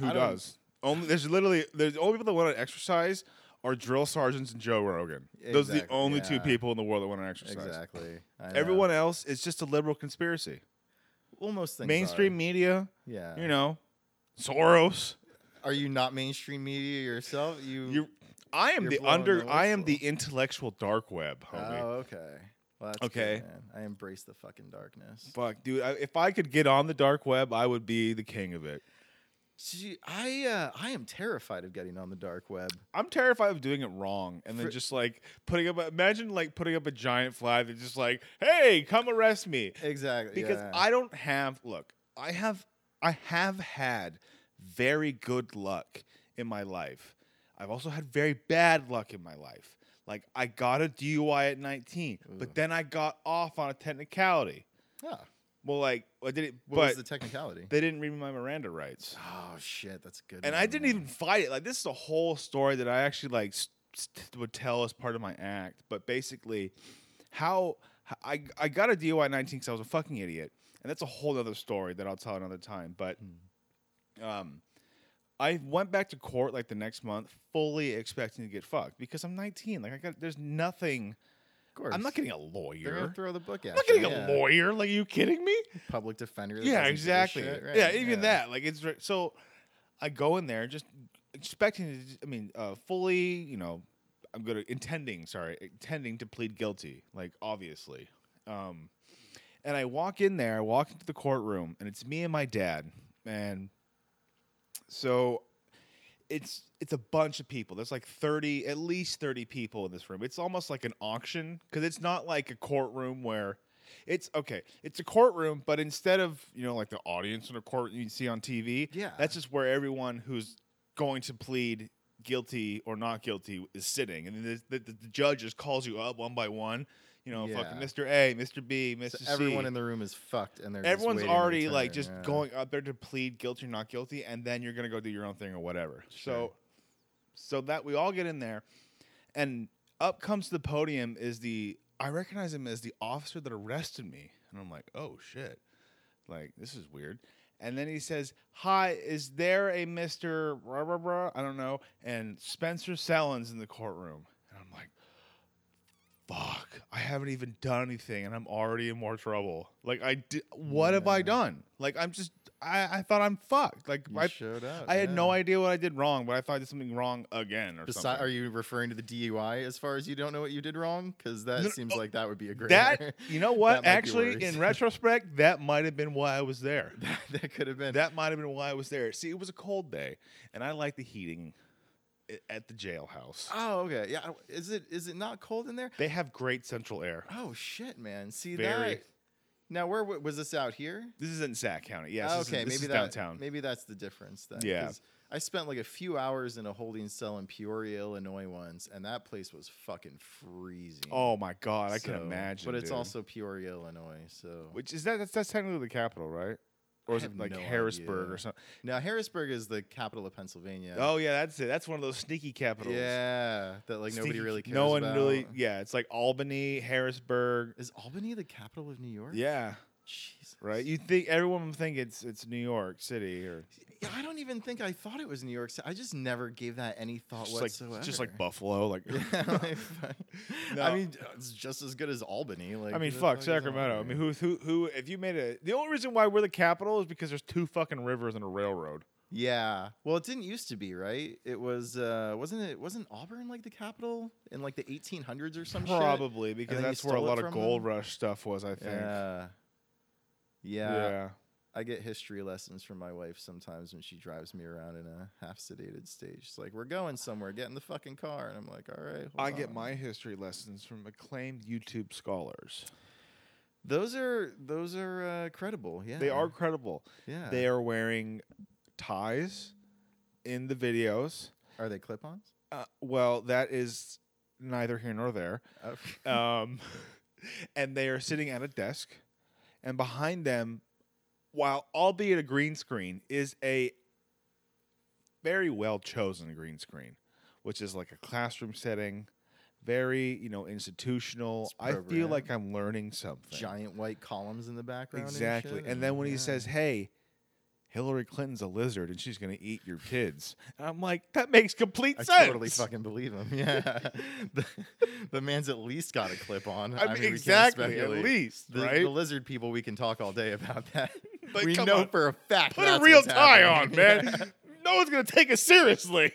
Speaker 3: Who
Speaker 1: I don't-
Speaker 3: does? Only there's literally there's the only people that want to exercise are drill sergeants and Joe Rogan. Those are the
Speaker 1: Exactly,
Speaker 3: only two
Speaker 1: yeah.
Speaker 3: people in the world that want to exercise.
Speaker 1: Exactly. I know.
Speaker 3: Everyone else is just a liberal conspiracy.
Speaker 1: well, most things.
Speaker 3: Mainstream
Speaker 1: Are.
Speaker 3: media,
Speaker 1: Yeah.
Speaker 3: you know, Soros.
Speaker 1: Are you not mainstream media yourself? You.
Speaker 3: You, I am
Speaker 1: You're
Speaker 3: the
Speaker 1: blowing
Speaker 3: under.
Speaker 1: the
Speaker 3: I am the
Speaker 1: whistle.
Speaker 3: intellectual dark web,
Speaker 1: oh,
Speaker 3: homie.
Speaker 1: okay. Well, that's good,
Speaker 3: Okay.
Speaker 1: man. I embrace the fucking darkness.
Speaker 3: Fuck, dude. I, if I could get on the dark web, I would be the king of it.
Speaker 1: Gee, I uh, I am terrified of getting on the dark web.
Speaker 3: I'm terrified of doing it wrong and then
Speaker 1: Fr-
Speaker 3: just like putting up. A, imagine like putting up a giant flag that's just like, "Hey, come arrest me,"
Speaker 1: Exactly.
Speaker 3: because
Speaker 1: yeah.
Speaker 3: I don't have. Look, I have. I have had very good luck in my life. I've also had very bad luck in my life. Like I got a DUI at 19,
Speaker 1: Ooh.
Speaker 3: but then I got off on a technicality.
Speaker 1: Ah,
Speaker 3: Well, like I did it,
Speaker 1: what
Speaker 3: but
Speaker 1: was the technicality?
Speaker 3: they didn't read me my Miranda rights,
Speaker 1: Oh shit, that's a good.
Speaker 3: and
Speaker 1: one,
Speaker 3: I didn't
Speaker 1: man.
Speaker 3: even fight it. Like this is a whole story that I actually like s s- would tell as part of my act. But basically, how h- I I got a DUI at 19 because I was a fucking idiot, and that's a whole other story that I'll tell another time. But
Speaker 1: Hmm.
Speaker 3: um, I went back to court like the next month, fully expecting to get fucked because I'm 19. Like I got there's nothing.
Speaker 1: Of course.
Speaker 3: I'm not getting a
Speaker 1: They're gonna
Speaker 3: lawyer.
Speaker 1: throw the book at.
Speaker 3: I'm not
Speaker 1: you,
Speaker 3: getting
Speaker 1: yeah.
Speaker 3: a lawyer. Like, are you kidding me?
Speaker 1: Public defender. that
Speaker 3: yeah,
Speaker 1: doesn't give a
Speaker 3: exactly.
Speaker 1: shit, right,
Speaker 3: yeah, even
Speaker 1: yeah.
Speaker 3: that. Like it's re- so. I go in there just expecting. To, I mean, uh, fully. You know, I'm gonna intending. Sorry, intending to plead guilty. Like obviously. Um, and I walk in there. I walk into the courtroom, and it's me and my dad. And so it's it's a bunch of people. There's like 30, at least 30 people in this room. It's almost like an auction because it's not like a courtroom where it's okay. It's a courtroom, but instead of you know like the audience in a court you see on TV,
Speaker 1: Yeah.
Speaker 3: that's just where everyone who's going to plead guilty or not guilty is sitting, and then the, the, the judge just calls you up one by one. You know, fucking
Speaker 1: Yeah.
Speaker 3: Mr. A, Mr. B, Mr.
Speaker 1: So
Speaker 3: C
Speaker 1: everyone in the room is fucked, and they're just
Speaker 3: everyone's
Speaker 1: waiting their
Speaker 3: already like
Speaker 1: turn,
Speaker 3: just
Speaker 1: yeah.
Speaker 3: going up there to plead guilty or not guilty and then you're gonna go do your own thing or whatever so
Speaker 1: Sure.
Speaker 3: so that we all get in there and up comes to the podium is the i recognize him as the officer that arrested me and i'm like oh shit like this is weird and then he says hi is there a mr blah, blah, blah? i don't know and spencer sellens in the courtroom and i'm like fuck i haven't even done anything and i'm already in more trouble like i did what have i
Speaker 1: Yeah.
Speaker 3: done like i'm just i, I thought i'm fucked like
Speaker 1: You
Speaker 3: I,
Speaker 1: showed up.
Speaker 3: I had no
Speaker 1: yeah.
Speaker 3: idea what i did wrong but i thought i did something wrong again or
Speaker 1: Besi-
Speaker 3: something
Speaker 1: are you referring to the DUI as far as you don't know what you did wrong? Because that
Speaker 3: No, no,
Speaker 1: seems
Speaker 3: oh,
Speaker 1: like that would be a great.
Speaker 3: that you know what
Speaker 1: That might be
Speaker 3: actually
Speaker 1: worse.
Speaker 3: in retrospect that might have been why i was there
Speaker 1: that could have been.
Speaker 3: that might have been why i was there see it was a cold day and i like the heating i- at the jailhouse
Speaker 1: oh, okay. Yeah. Is it is it not cold in there?
Speaker 3: they have great central air
Speaker 1: Oh shit, man. See
Speaker 3: Very.
Speaker 1: that. Now where w- was this out here?
Speaker 3: this is in sac county yes
Speaker 1: Ah,
Speaker 3: this is-
Speaker 1: okay,
Speaker 3: this
Speaker 1: maybe
Speaker 3: is
Speaker 1: that,
Speaker 3: downtown
Speaker 1: Maybe that's the difference then.
Speaker 3: Yeah.
Speaker 1: 'cause I spent like a few hours in a holding cell in Peoria, Illinois once, and that place was fucking freezing.
Speaker 3: oh my god i can
Speaker 1: So-
Speaker 3: imagine
Speaker 1: But it's
Speaker 3: dude.
Speaker 1: also Peoria, Illinois. So
Speaker 3: Which is that? That's, that's technically the capital, right? Or
Speaker 1: I
Speaker 3: is it
Speaker 1: have
Speaker 3: like
Speaker 1: no
Speaker 3: Harrisburg
Speaker 1: idea.
Speaker 3: or something?
Speaker 1: now Harrisburg is the capital of Pennsylvania.
Speaker 3: Oh yeah, that's it. That's one of those sneaky capitals.
Speaker 1: yeah, that like nobody
Speaker 3: Sneaky-
Speaker 1: really cares.
Speaker 3: No one really.
Speaker 1: about.
Speaker 3: Yeah, it's like Albany, Harrisburg.
Speaker 1: Is Albany the capital of New York?
Speaker 3: Yeah,
Speaker 1: Jesus.
Speaker 3: right. You think everyone would think it's it's New York City or
Speaker 1: Yeah, I don't even think I thought it was New York City. I just never gave that any thought
Speaker 3: just
Speaker 1: whatsoever.
Speaker 3: like just like Buffalo. Like
Speaker 1: Yeah, like, fuck.
Speaker 3: No.
Speaker 1: I mean, it's just as good as Albany. Like,
Speaker 3: I mean,
Speaker 1: who the
Speaker 3: fuck
Speaker 1: is
Speaker 3: Sacramento. I
Speaker 1: Albany?
Speaker 3: mean, who who who? If you made a the only reason why we're the capital is because there's two fucking rivers and a railroad.
Speaker 1: Yeah. Well, it didn't used to be, right? It was. uh Wasn't it? Wasn't Auburn like the capital in like the 1800s or some shit?
Speaker 3: Probably because
Speaker 1: then you
Speaker 3: that's where a
Speaker 1: stole it
Speaker 3: lot of
Speaker 1: from
Speaker 3: gold
Speaker 1: them?
Speaker 3: rush stuff was. I think.
Speaker 1: Yeah. Yeah.
Speaker 3: yeah.
Speaker 1: I get history lessons from my wife sometimes when she drives me around in a half sedated stage. She's like, "We're going somewhere. Get in the fucking car." And I'm like, "All right." hold
Speaker 3: I get
Speaker 1: on."
Speaker 3: my history lessons from acclaimed YouTube scholars.
Speaker 1: Those are those are uh, credible. Yeah.
Speaker 3: They are credible.
Speaker 1: Yeah.
Speaker 3: They are wearing ties in the videos.
Speaker 1: Are they clip-ons?
Speaker 3: Uh, well, that is neither here nor there.
Speaker 1: Oh.
Speaker 3: Um, and they are sitting at a desk, and behind them, while albeit a green screen, is a very well chosen green screen, which is like a classroom setting, very you know institutional.
Speaker 1: It's
Speaker 3: I feel
Speaker 1: programmed.
Speaker 3: like I'm learning something.
Speaker 1: giant white columns in the background.
Speaker 3: Exactly.
Speaker 1: shit,
Speaker 3: And then when he
Speaker 1: yeah.
Speaker 3: says, "Hey, Hillary Clinton's a lizard and she's going to eat your kids. And I'm like, that makes complete
Speaker 1: I
Speaker 3: sense.
Speaker 1: totally fucking believe him. Yeah, the, the man's at least got a clip on.
Speaker 3: I mean,
Speaker 1: we can't
Speaker 3: exactly, at
Speaker 1: speculate.
Speaker 3: least,
Speaker 1: the,
Speaker 3: right?
Speaker 1: the lizard people. We can talk all day about that.
Speaker 3: Like,
Speaker 1: we
Speaker 3: come
Speaker 1: know
Speaker 3: on.
Speaker 1: for a fact.
Speaker 3: Put a
Speaker 1: that's
Speaker 3: real
Speaker 1: what's
Speaker 3: tie on,
Speaker 1: happening.
Speaker 3: man. No one's going to take us seriously.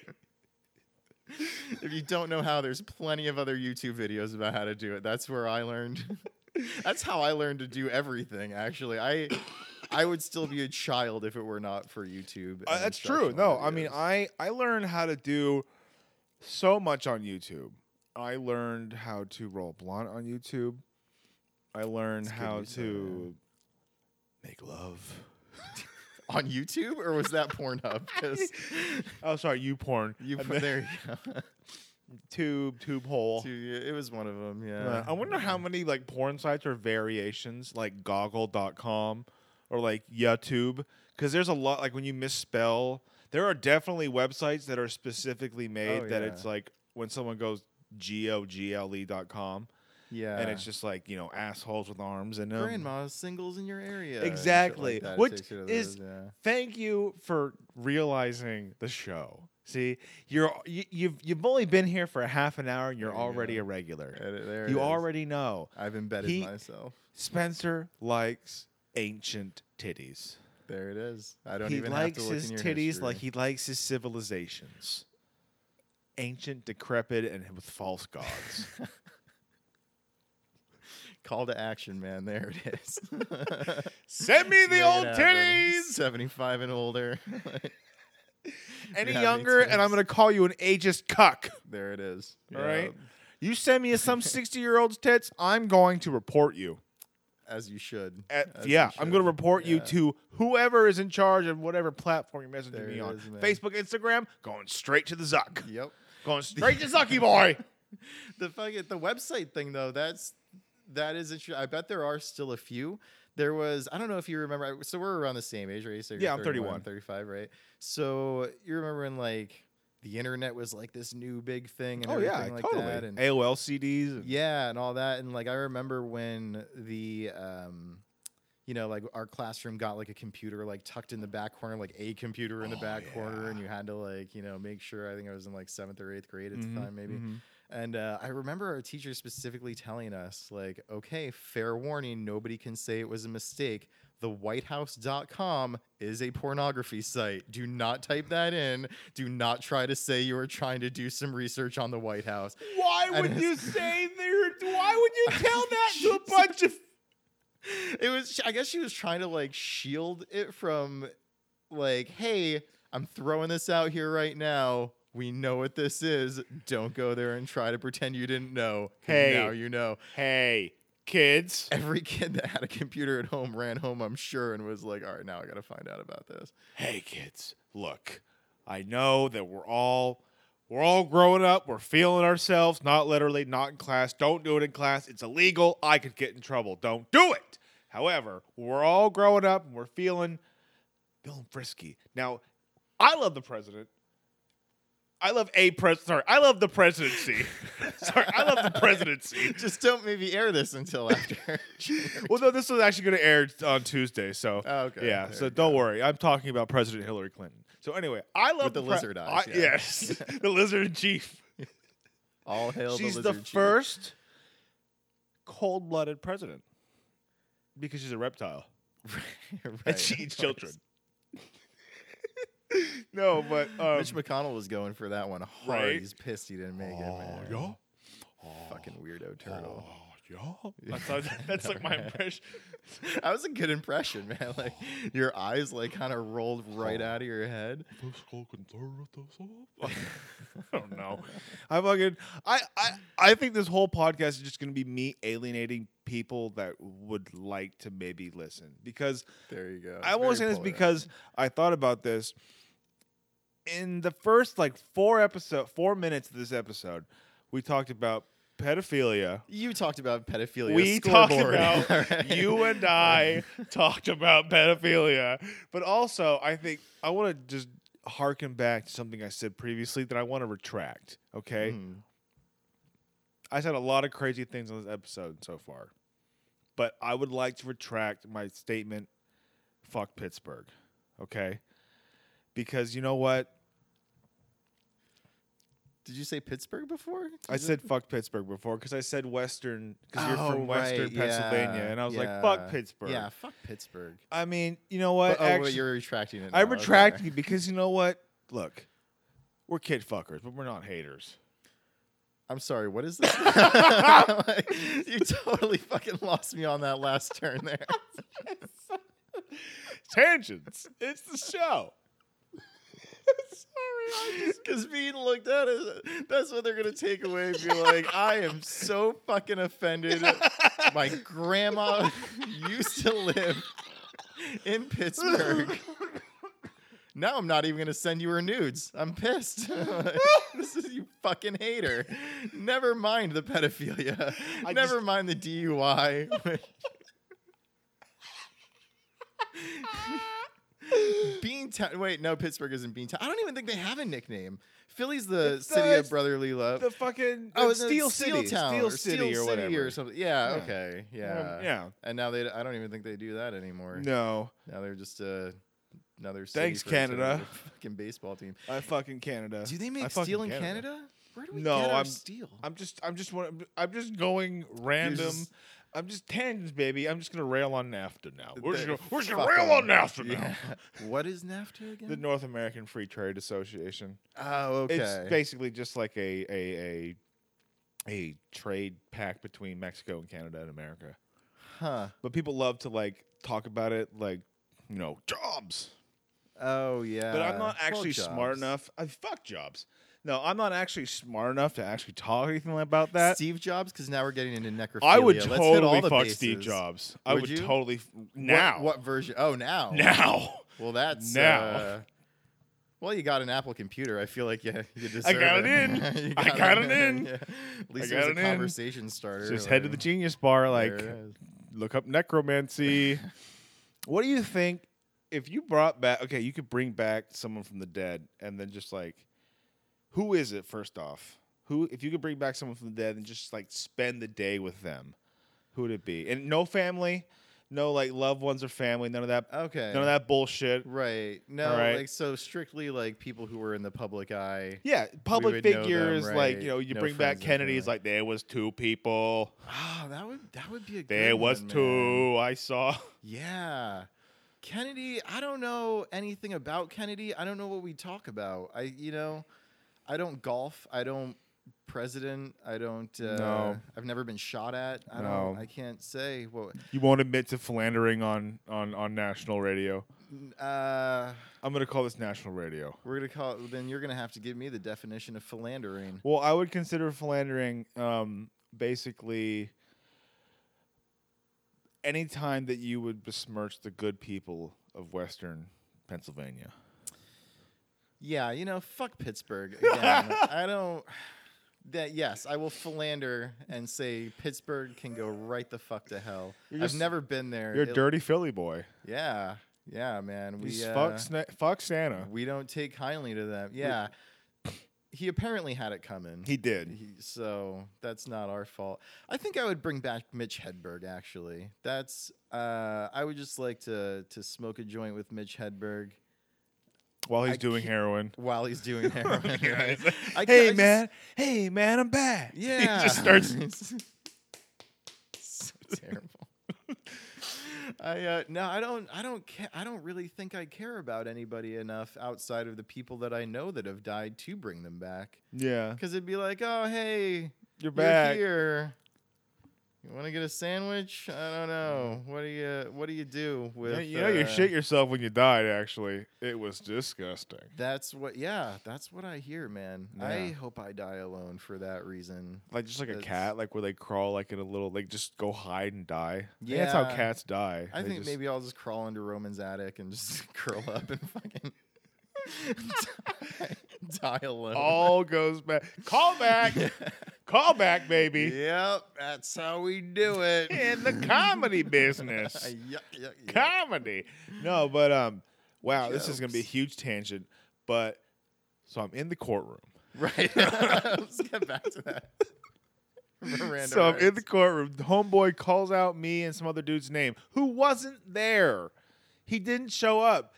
Speaker 1: if you don't know how, there's plenty of other YouTube videos about how to do it. That's where I learned. That's how I learned to do everything. Actually, I I would still be a child if it were not for YouTube.
Speaker 3: Uh,
Speaker 1: and
Speaker 3: that's true.
Speaker 1: instructional
Speaker 3: No, I mean,
Speaker 1: videos.
Speaker 3: I I learned how to do so much on YouTube. I learned how to roll blunt on YouTube. I learned
Speaker 1: That's good
Speaker 3: how
Speaker 1: use of it,
Speaker 3: to make love.
Speaker 1: on YouTube or was that Pornhub? Because
Speaker 3: Oh, sorry, you porn.
Speaker 1: you
Speaker 3: I
Speaker 1: put
Speaker 3: meant
Speaker 1: there. You go.
Speaker 3: tube tube hole.
Speaker 1: Two- yeah, it was one of them. Yeah.
Speaker 3: Uh, I wonder how many like porn sites are variations like goggle.com or like YouTube cuz there's a lot like when you misspell there are definitely websites that are specifically made
Speaker 1: Oh,
Speaker 3: that
Speaker 1: yeah.
Speaker 3: it's like when someone goes g o g l e.com
Speaker 1: Yeah.
Speaker 3: and it's just like, you know, assholes with arms and um,
Speaker 1: grandma's singles in your area. and shit
Speaker 3: Exactly.
Speaker 1: Like that. It
Speaker 3: Which
Speaker 1: takes you to
Speaker 3: is-
Speaker 1: those, yeah.
Speaker 3: thank you for realizing the show. See, you're you, you've you've only been here for a half an hour and you're
Speaker 1: There you
Speaker 3: already
Speaker 1: go.
Speaker 3: a regular.
Speaker 1: Edit- there it
Speaker 3: You
Speaker 1: is.
Speaker 3: already know.
Speaker 1: I've embedded
Speaker 3: he-
Speaker 1: myself.
Speaker 3: Spencer likes ancient titties.
Speaker 1: There it is. I don't
Speaker 3: he
Speaker 1: even
Speaker 3: likes
Speaker 1: have to look
Speaker 3: his
Speaker 1: in your
Speaker 3: titties
Speaker 1: history.
Speaker 3: like he likes his civilizations. Ancient, decrepit, and with false gods.
Speaker 1: Call to action, man. There it is.
Speaker 3: Send me
Speaker 1: Make
Speaker 3: the
Speaker 1: it
Speaker 3: old
Speaker 1: happen.
Speaker 3: titties.
Speaker 1: Seventy-five and older.
Speaker 3: Any
Speaker 1: Yeah, makes
Speaker 3: younger, and I'm
Speaker 1: sense.
Speaker 3: gonna call you an ageist cuck.
Speaker 1: there it is.
Speaker 3: All right. You send me some 60 year old's tits, I'm going to report you.
Speaker 1: As you should.
Speaker 3: At-
Speaker 1: As you
Speaker 3: yeah, I'm going
Speaker 1: should.
Speaker 3: to report you
Speaker 1: Yeah.
Speaker 3: to whoever is in charge of whatever platform you're messaging
Speaker 1: There
Speaker 3: me
Speaker 1: it
Speaker 3: on.
Speaker 1: is, man.
Speaker 3: Facebook, Instagram, going straight to the Zuck.
Speaker 1: Yep.
Speaker 3: Going straight to Zucky boy.
Speaker 1: the fucking the website thing though that's that is interesting i bet there are still a few there was i don't know if you remember I- so we're around the same age right so you're
Speaker 3: Yeah, I'm 31.
Speaker 1: 35 right so you remember when like the internet was like this new big thing and
Speaker 3: Oh
Speaker 1: everything
Speaker 3: yeah,
Speaker 1: like
Speaker 3: totally.
Speaker 1: that and
Speaker 3: AOL CDs. and-
Speaker 1: yeah and all that and like i remember when the um you know like our classroom got like a computer like tucked in the back corner like a computer in the
Speaker 3: Oh,
Speaker 1: back corner and
Speaker 3: yeah.
Speaker 1: you had to like you know make sure i think i was in like seventh or eighth grade at
Speaker 3: Mhm,
Speaker 1: the time maybe
Speaker 3: mhm.
Speaker 1: and uh, I remember our teacher specifically telling us, like, okay, fair warning, nobody can say it was a mistake. The WhiteHouse.com is a pornography site. Do not type that in. Do not try to say you were trying to do some research on the White House.
Speaker 3: Why
Speaker 1: And
Speaker 3: would
Speaker 1: it's-
Speaker 3: you say there? Why would you tell that to a bunch of?
Speaker 1: It was, I guess she was trying to like shield it from, like, hey, I'm throwing this out here right now. We know what this is. Don't go there and try to pretend you didn't know. 'cause
Speaker 3: Hey.
Speaker 1: Now you know.
Speaker 3: Hey, kids.
Speaker 1: every kid that had a computer at home ran home, I'm sure, and was like, all right, now I got to find out about this.
Speaker 3: hey kids look i know that we're all we're all growing up we're feeling ourselves not literally not in class don't do it in class it's illegal i could get in trouble don't do it however we're all growing up and we're feeling feeling frisky now i love the president i love a pres sorry i love the presidency sorry i love the presidency
Speaker 1: Just don't maybe air this until after.
Speaker 3: well no this is actually going to air on tuesday so
Speaker 1: Oh, okay.
Speaker 3: yeah,
Speaker 1: There
Speaker 3: so
Speaker 1: you
Speaker 3: don't worry. I'm talking about President Hillary Clinton. So anyway, I love
Speaker 1: With the
Speaker 3: pre-
Speaker 1: lizard eyes,
Speaker 3: I-
Speaker 1: yeah.
Speaker 3: Yes, the lizard in chief.
Speaker 1: All hail
Speaker 3: she's
Speaker 1: the
Speaker 3: the,
Speaker 1: lizard chief.
Speaker 3: first cold-blooded president because she's a reptile
Speaker 1: Right,
Speaker 3: and she
Speaker 1: of
Speaker 3: eats
Speaker 1: course.
Speaker 3: children. no, but um,
Speaker 1: Mitch McConnell was going for that one hard.
Speaker 3: Right?
Speaker 1: He's pissed he didn't make it, man.
Speaker 3: oh,
Speaker 1: Fucking weirdo
Speaker 3: yeah,
Speaker 1: turtle.
Speaker 3: oh, yeah. That's, that's like my impression.
Speaker 1: That was a good impression, man. Like your eyes like kind of rolled right out of your head.
Speaker 3: I don't know. I fucking I, I I think this whole podcast is just gonna be me alienating people that would like to maybe listen because
Speaker 1: There you go.
Speaker 3: I won't say this because I thought about this in the first like four episode four minutes of this episode we talked about pedophilia.
Speaker 1: you talked about pedophilia.
Speaker 3: we talked
Speaker 1: scoreboard.
Speaker 3: about
Speaker 1: Alright.
Speaker 3: you and I talked about pedophilia, but also I think I want to just harken back to something I said previously that I want to retract. Okay,
Speaker 1: Mm.
Speaker 3: I said a lot of crazy things on this episode so far, but I would like to retract my statement. Fuck Pittsburgh. Okay. Because you know what?
Speaker 1: Did you say Pittsburgh before?
Speaker 3: I
Speaker 1: Is it-
Speaker 3: said fuck Pittsburgh before because I said Western because you're
Speaker 1: Oh,
Speaker 3: from Western
Speaker 1: right, yeah,
Speaker 3: Pennsylvania, and I was like, fuck
Speaker 1: yeah.
Speaker 3: Pittsburgh.
Speaker 1: Yeah, fuck Pittsburgh.
Speaker 3: I mean, you know what?
Speaker 1: But- oh,
Speaker 3: Actually,
Speaker 1: wait, you're retracting it.
Speaker 3: I
Speaker 1: now, okay.
Speaker 3: retract you because you know what? Look, we're kid fuckers, but we're not haters.
Speaker 1: I'm sorry. What is this? Like, you totally fucking lost me on that last turn there.
Speaker 3: Tangents. it's the show.
Speaker 1: Because being looked at is that's what they're gonna take away. and Be like, I am so fucking offended. My grandma used to live in Pittsburgh. Now I'm not even gonna send you her nudes. I'm pissed. Like, this is you fucking hater. Never mind the pedophilia.
Speaker 3: I
Speaker 1: Never mind the DUI. Beantown. Wait, no, Pittsburgh isn't Beantown. I don't even think they have a nickname. Philly's the
Speaker 3: It's the-
Speaker 1: city
Speaker 3: it's
Speaker 1: of brotherly love.
Speaker 3: The fucking
Speaker 1: oh,
Speaker 3: uh,
Speaker 1: it's
Speaker 3: Steel
Speaker 1: Steel
Speaker 3: City,
Speaker 1: Town
Speaker 3: Steel
Speaker 1: or
Speaker 3: City,
Speaker 1: Steel
Speaker 3: or
Speaker 1: City
Speaker 3: whatever.
Speaker 1: or something. Yeah,
Speaker 3: Yeah.
Speaker 1: Okay. Yeah.
Speaker 3: Um, yeah.
Speaker 1: And now they. I don't even think they do that anymore.
Speaker 3: No,
Speaker 1: Now they're just uh, another. City
Speaker 3: Thanks,
Speaker 1: for a sort of
Speaker 3: Canada.
Speaker 1: Fucking baseball team.
Speaker 3: I fucking Canada.
Speaker 1: Do they
Speaker 3: I
Speaker 1: make
Speaker 3: fucking
Speaker 1: steel in Canada? Where do we
Speaker 3: No,
Speaker 1: get our
Speaker 3: I'm-
Speaker 1: steel?
Speaker 3: I'm just, I'm just, one- I'm just going random.
Speaker 1: just-
Speaker 3: I'm just tangents, baby. I'm just gonna rail on NAFTA now. We're just
Speaker 1: The-
Speaker 3: gonna, we're just gonna
Speaker 1: fuck
Speaker 3: rail
Speaker 1: 'em.
Speaker 3: on NAFTA now.
Speaker 1: Yeah. what is NAFTA again?
Speaker 3: The North American Free Trade Association.
Speaker 1: oh, okay.
Speaker 3: It's basically just like a a a a trade pact between Mexico and Canada and America.
Speaker 1: huh.
Speaker 3: But people love to like talk about it, like you know, jobs.
Speaker 1: Oh yeah.
Speaker 3: But I'm
Speaker 1: Well,
Speaker 3: not actually smart
Speaker 1: jobs.
Speaker 3: enough. I fuck jobs. No, I'm not actually smart enough to actually talk anything about that.
Speaker 1: Steve Jobs, because now we're getting into necrophilia.
Speaker 3: I would
Speaker 1: Let's hit all
Speaker 3: totally
Speaker 1: the
Speaker 3: fuck Steve
Speaker 1: bases.
Speaker 3: Jobs. I
Speaker 1: Would
Speaker 3: would
Speaker 1: you?
Speaker 3: totally f-
Speaker 1: What-
Speaker 3: now.
Speaker 1: What, version? Oh, now.
Speaker 3: Now.
Speaker 1: Well, that's
Speaker 3: Now.
Speaker 1: uh, well, you got an Apple computer. I feel like yeah, you deserve
Speaker 3: got it in.
Speaker 1: You
Speaker 3: I got it in.
Speaker 1: Yeah. At least it
Speaker 3: got
Speaker 1: was
Speaker 3: it
Speaker 1: a
Speaker 3: in.
Speaker 1: conversation starter.
Speaker 3: Just head to the
Speaker 1: like,
Speaker 3: Genius Bar,
Speaker 1: there
Speaker 3: like
Speaker 1: it is.
Speaker 3: look up necromancy. what do you think if you brought back? Okay, you could bring back someone from the dead, and then just like, who is it? First off, who if you could bring back someone from the dead and just like spend the day with them, who would it be? And no family, no like loved ones or family, none of that,
Speaker 1: Okay.
Speaker 3: none of that bullshit.
Speaker 1: Right. No.
Speaker 3: All right.
Speaker 1: Like so strictly like people who were in the public eye.
Speaker 3: Yeah,
Speaker 1: would
Speaker 3: public
Speaker 1: know them,
Speaker 3: figures like
Speaker 1: right.
Speaker 3: you know you
Speaker 1: No
Speaker 3: bring back
Speaker 1: friends and
Speaker 3: Kennedy. It's
Speaker 1: family.
Speaker 3: like there was two people.
Speaker 1: Oh, that would that would be a.
Speaker 3: There
Speaker 1: good
Speaker 3: was
Speaker 1: one, man.
Speaker 3: two. I saw.
Speaker 1: Yeah. Kennedy, I don't know anything about Kennedy. I don't know what we talk about. I, you know, I don't golf. I don't president. I don't. Uh,
Speaker 3: No.
Speaker 1: I've never been shot at. I
Speaker 3: No.
Speaker 1: don't. I can't say. Well,
Speaker 3: You won't admit to philandering on on on national radio.
Speaker 1: uh,
Speaker 3: I'm gonna call this national radio.
Speaker 1: we're gonna call it. Then you're gonna have to give me the definition of philandering.
Speaker 3: Well, I would consider philandering um, basically any time that you would besmirch the good people of Western Pennsylvania.
Speaker 1: Yeah, you know, fuck Pittsburgh. Again, I don't. That yes, I will philander and say Pittsburgh can go right the fuck to hell.
Speaker 3: You're
Speaker 1: I've
Speaker 3: just-
Speaker 1: never been there.
Speaker 3: You're a
Speaker 1: It-
Speaker 3: dirty Philly boy.
Speaker 1: Yeah, yeah, man.
Speaker 3: You
Speaker 1: We
Speaker 3: s-
Speaker 1: uh,
Speaker 3: fuck, Sna- fuck Santa.
Speaker 1: we don't take kindly to them. Yeah, he apparently had it coming.
Speaker 3: He did.
Speaker 1: He- so that's not our fault. I think I would bring back Mitch Hedberg. Actually, that's uh, I would just like to to smoke a joint with Mitch Hedberg
Speaker 3: While he's
Speaker 1: I
Speaker 3: doing
Speaker 1: can't-
Speaker 3: heroin.
Speaker 1: while he's doing heroin. right? I ca- I
Speaker 3: hey
Speaker 1: just-
Speaker 3: man, hey man, I'm back.
Speaker 1: yeah,
Speaker 3: he just starts.
Speaker 1: so terrible. I uh, no, I don't. I don't. Ca- I don't really think I care about anybody enough outside of the people that I know that have died to bring them back.
Speaker 3: Yeah,
Speaker 1: Because it'd be like, oh hey,
Speaker 3: you're
Speaker 1: you're
Speaker 3: back.
Speaker 1: here. You want to get a sandwich? I don't know. What do you What do you do with?
Speaker 3: Yeah, you know you
Speaker 1: uh,
Speaker 3: shit yourself when you died. Actually, it was disgusting.
Speaker 1: That's what. Yeah, that's what I hear, man. I
Speaker 3: Yeah.
Speaker 1: hope I die alone for that reason.
Speaker 3: Like just like a
Speaker 1: That's-
Speaker 3: cat, like where they crawl like in a little, like just go hide and die. Yeah, that's how
Speaker 1: Yeah.
Speaker 3: cats die.
Speaker 1: I
Speaker 3: They
Speaker 1: think
Speaker 3: just-
Speaker 1: maybe I'll just crawl into Roman's attic and just curl up and fucking die, die alone.
Speaker 3: all goes back. Call back, call back, baby.
Speaker 1: Yep, that's how we do it.
Speaker 3: In the comedy business,
Speaker 1: Yuck, yuck, yuck.
Speaker 3: comedy. No, but um, wow, this is gonna be a
Speaker 1: Jokes.
Speaker 3: huge tangent. But so I'm in the courtroom.
Speaker 1: Right. Let's get back to that. Miranda
Speaker 3: so I'm in
Speaker 1: rights.
Speaker 3: the courtroom. The homeboy calls out me and some other dude's name who wasn't there. He didn't show up.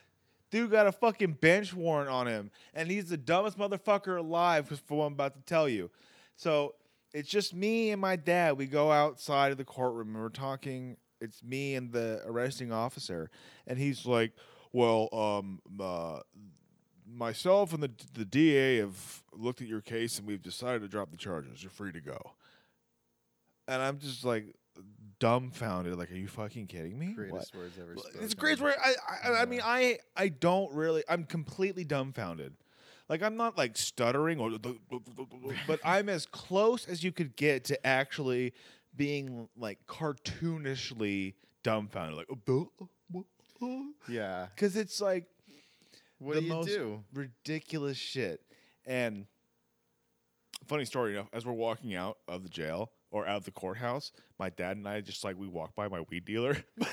Speaker 3: Dude got a fucking bench warrant on him, and he's the dumbest motherfucker alive. For what I'm about to tell you, so it's just me and my dad. We go outside of the courtroom and we're talking. It's me and the arresting officer, and he's like, "Well, um, uh, myself and the the DA have looked at your case, and we've decided to drop the charges. You're free to go." And I'm just like dumbfounded. Like, are you fucking kidding me? What?
Speaker 1: Greatest words ever
Speaker 3: Well,
Speaker 1: spoken.
Speaker 3: It's great. Where I, I, I mean,
Speaker 1: Yeah.
Speaker 3: I, I don't really. I'm completely dumbfounded. Like I'm not like stuttering or, but I'm as close as you could get to actually being like cartoonishly dumbfounded. uh, Like,
Speaker 1: Yeah.
Speaker 3: because uh," it's like
Speaker 1: What
Speaker 3: The
Speaker 1: do you
Speaker 3: most-
Speaker 1: do?
Speaker 3: ridiculous shit. And funny story, you know, as we're walking out of the jail or out of the courthouse, my dad and I just like we walk by my weed dealer.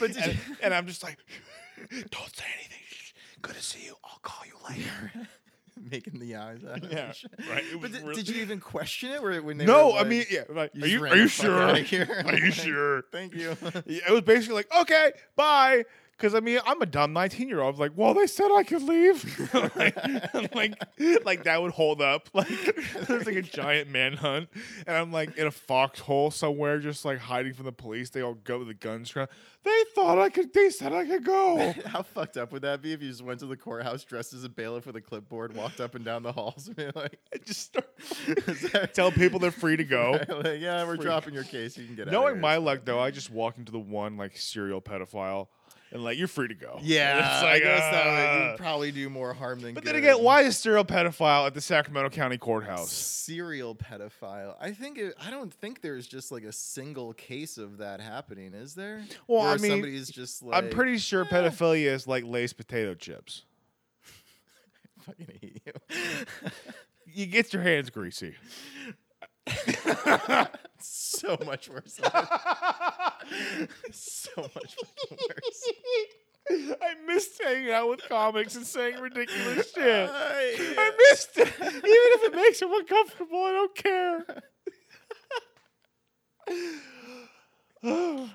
Speaker 1: But did
Speaker 3: and,
Speaker 1: you,
Speaker 3: and I'm just like, don't say anything. Shh. Good to see you. I'll call you later.
Speaker 1: making the eyes out. of
Speaker 3: Yeah,
Speaker 1: it.
Speaker 3: right, it was
Speaker 1: But did,
Speaker 3: real-
Speaker 1: did you even question it? Where when they
Speaker 3: no,
Speaker 1: were
Speaker 3: I
Speaker 1: like,
Speaker 3: mean, yeah. Like, are
Speaker 1: just
Speaker 3: you
Speaker 1: ran
Speaker 3: are you
Speaker 1: the fuck
Speaker 3: sure?
Speaker 1: outta here?
Speaker 3: Are you
Speaker 1: Like,
Speaker 3: sure?
Speaker 1: Thank you.
Speaker 3: Yeah, It was basically like, okay, bye. Because I mean, I'm a dumb 19 year old. I was like, well, they said I could leave. like, I'm like, like that would hold up. Like, there's like a giant manhunt, and I'm like in a foxhole somewhere, just like hiding from the police. They all go with the guns. drawn. They thought I could. They said I could go.
Speaker 1: How fucked up would that be if you just went to the courthouse dressed as a bailiff with a clipboard, walked up and down the halls, and be like,
Speaker 3: I just start
Speaker 1: Sorry.
Speaker 3: tell people they're free to go.
Speaker 1: like, "Yeah, we're
Speaker 3: Freak.
Speaker 1: dropping your case. You can get out."
Speaker 3: Knowing
Speaker 1: of
Speaker 3: my
Speaker 1: here.
Speaker 3: luck, though, I just walk into the one like serial pedophile and like you're free to go.
Speaker 1: Yeah,
Speaker 3: It's
Speaker 1: I
Speaker 3: like,
Speaker 1: guess that
Speaker 3: ah.
Speaker 1: would probably do more harm than
Speaker 3: But
Speaker 1: good.
Speaker 3: then again, why is serial pedophile at the Sacramento County Courthouse?
Speaker 1: serial pedophile? I think it, I don't think there's just like a single case of that happening, is there?
Speaker 3: Well, I
Speaker 1: Where
Speaker 3: mean,
Speaker 1: somebody's just like
Speaker 3: I'm pretty sure pedophilia is like Lay's potato chips.
Speaker 1: fucking hate you.
Speaker 3: You get your hands greasy.
Speaker 1: so much worse. than it- so much fucking worse.
Speaker 3: I missed hanging out with comics and saying ridiculous shit.
Speaker 1: I-
Speaker 3: I missed it. Even if it makes him uncomfortable, I don't care.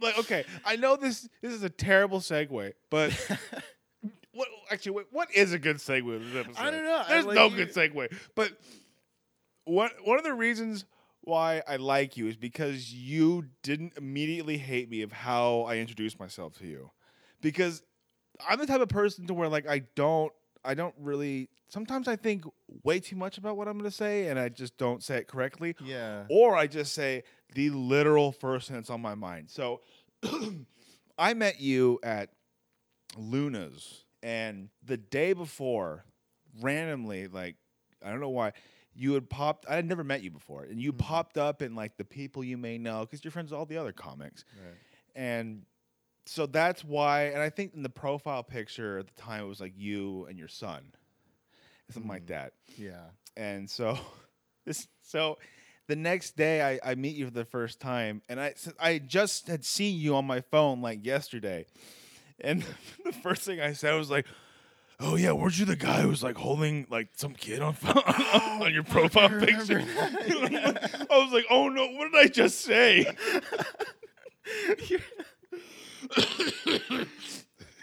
Speaker 3: like, okay, I know this. This is a terrible segue, but what? Actually, wait, what is a good segue? to This episode?
Speaker 1: I don't know. I
Speaker 3: There's
Speaker 1: like
Speaker 3: no
Speaker 1: you-
Speaker 3: good segue. But one one of the reasons why I like you is because you didn't immediately hate me of how I introduced myself to you, because I'm the type of person to where like I don't I don't really sometimes I think way too much about what I'm gonna say and I just don't say it correctly.
Speaker 1: yeah.
Speaker 3: Or I just say the literal first thing that's on my mind. So I met you at Luna's and the day before, randomly, like I don't know why, you had popped I had never met you before, and you
Speaker 1: Mhm.
Speaker 3: popped up in like the people you may know, because you're friends with all the other comics
Speaker 1: Right.
Speaker 3: and so that's why and i think in the profile picture at the time it was like you and your son something like
Speaker 1: Mm.
Speaker 3: that
Speaker 1: Yeah.
Speaker 3: and so this so the next day I, I meet you for the first time and i s- i just had seen you on my phone like yesterday and the first thing i said was like Oh yeah, weren't you the guy who was like holding like some kid on phone, on your profile
Speaker 1: remember
Speaker 3: picture?
Speaker 1: that.
Speaker 3: I was like, oh no, what did I just say?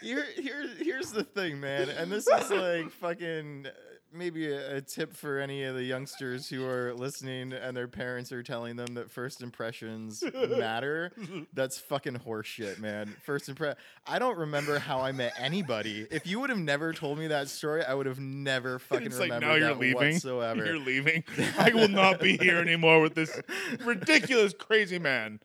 Speaker 1: Here, here, here's the thing, man, and this is like fucking uh, maybe a, a tip for any of the youngsters who are listening and their parents are telling them that first impressions matter. That's fucking horseshit, man. First impression. I don't remember how I met anybody. If you would have never told me that story, I would have never fucking
Speaker 3: it's like
Speaker 1: remembered
Speaker 3: now you're
Speaker 1: that
Speaker 3: leaving.
Speaker 1: whatsoever.
Speaker 3: You're leaving. I will not be here anymore with this ridiculous crazy man.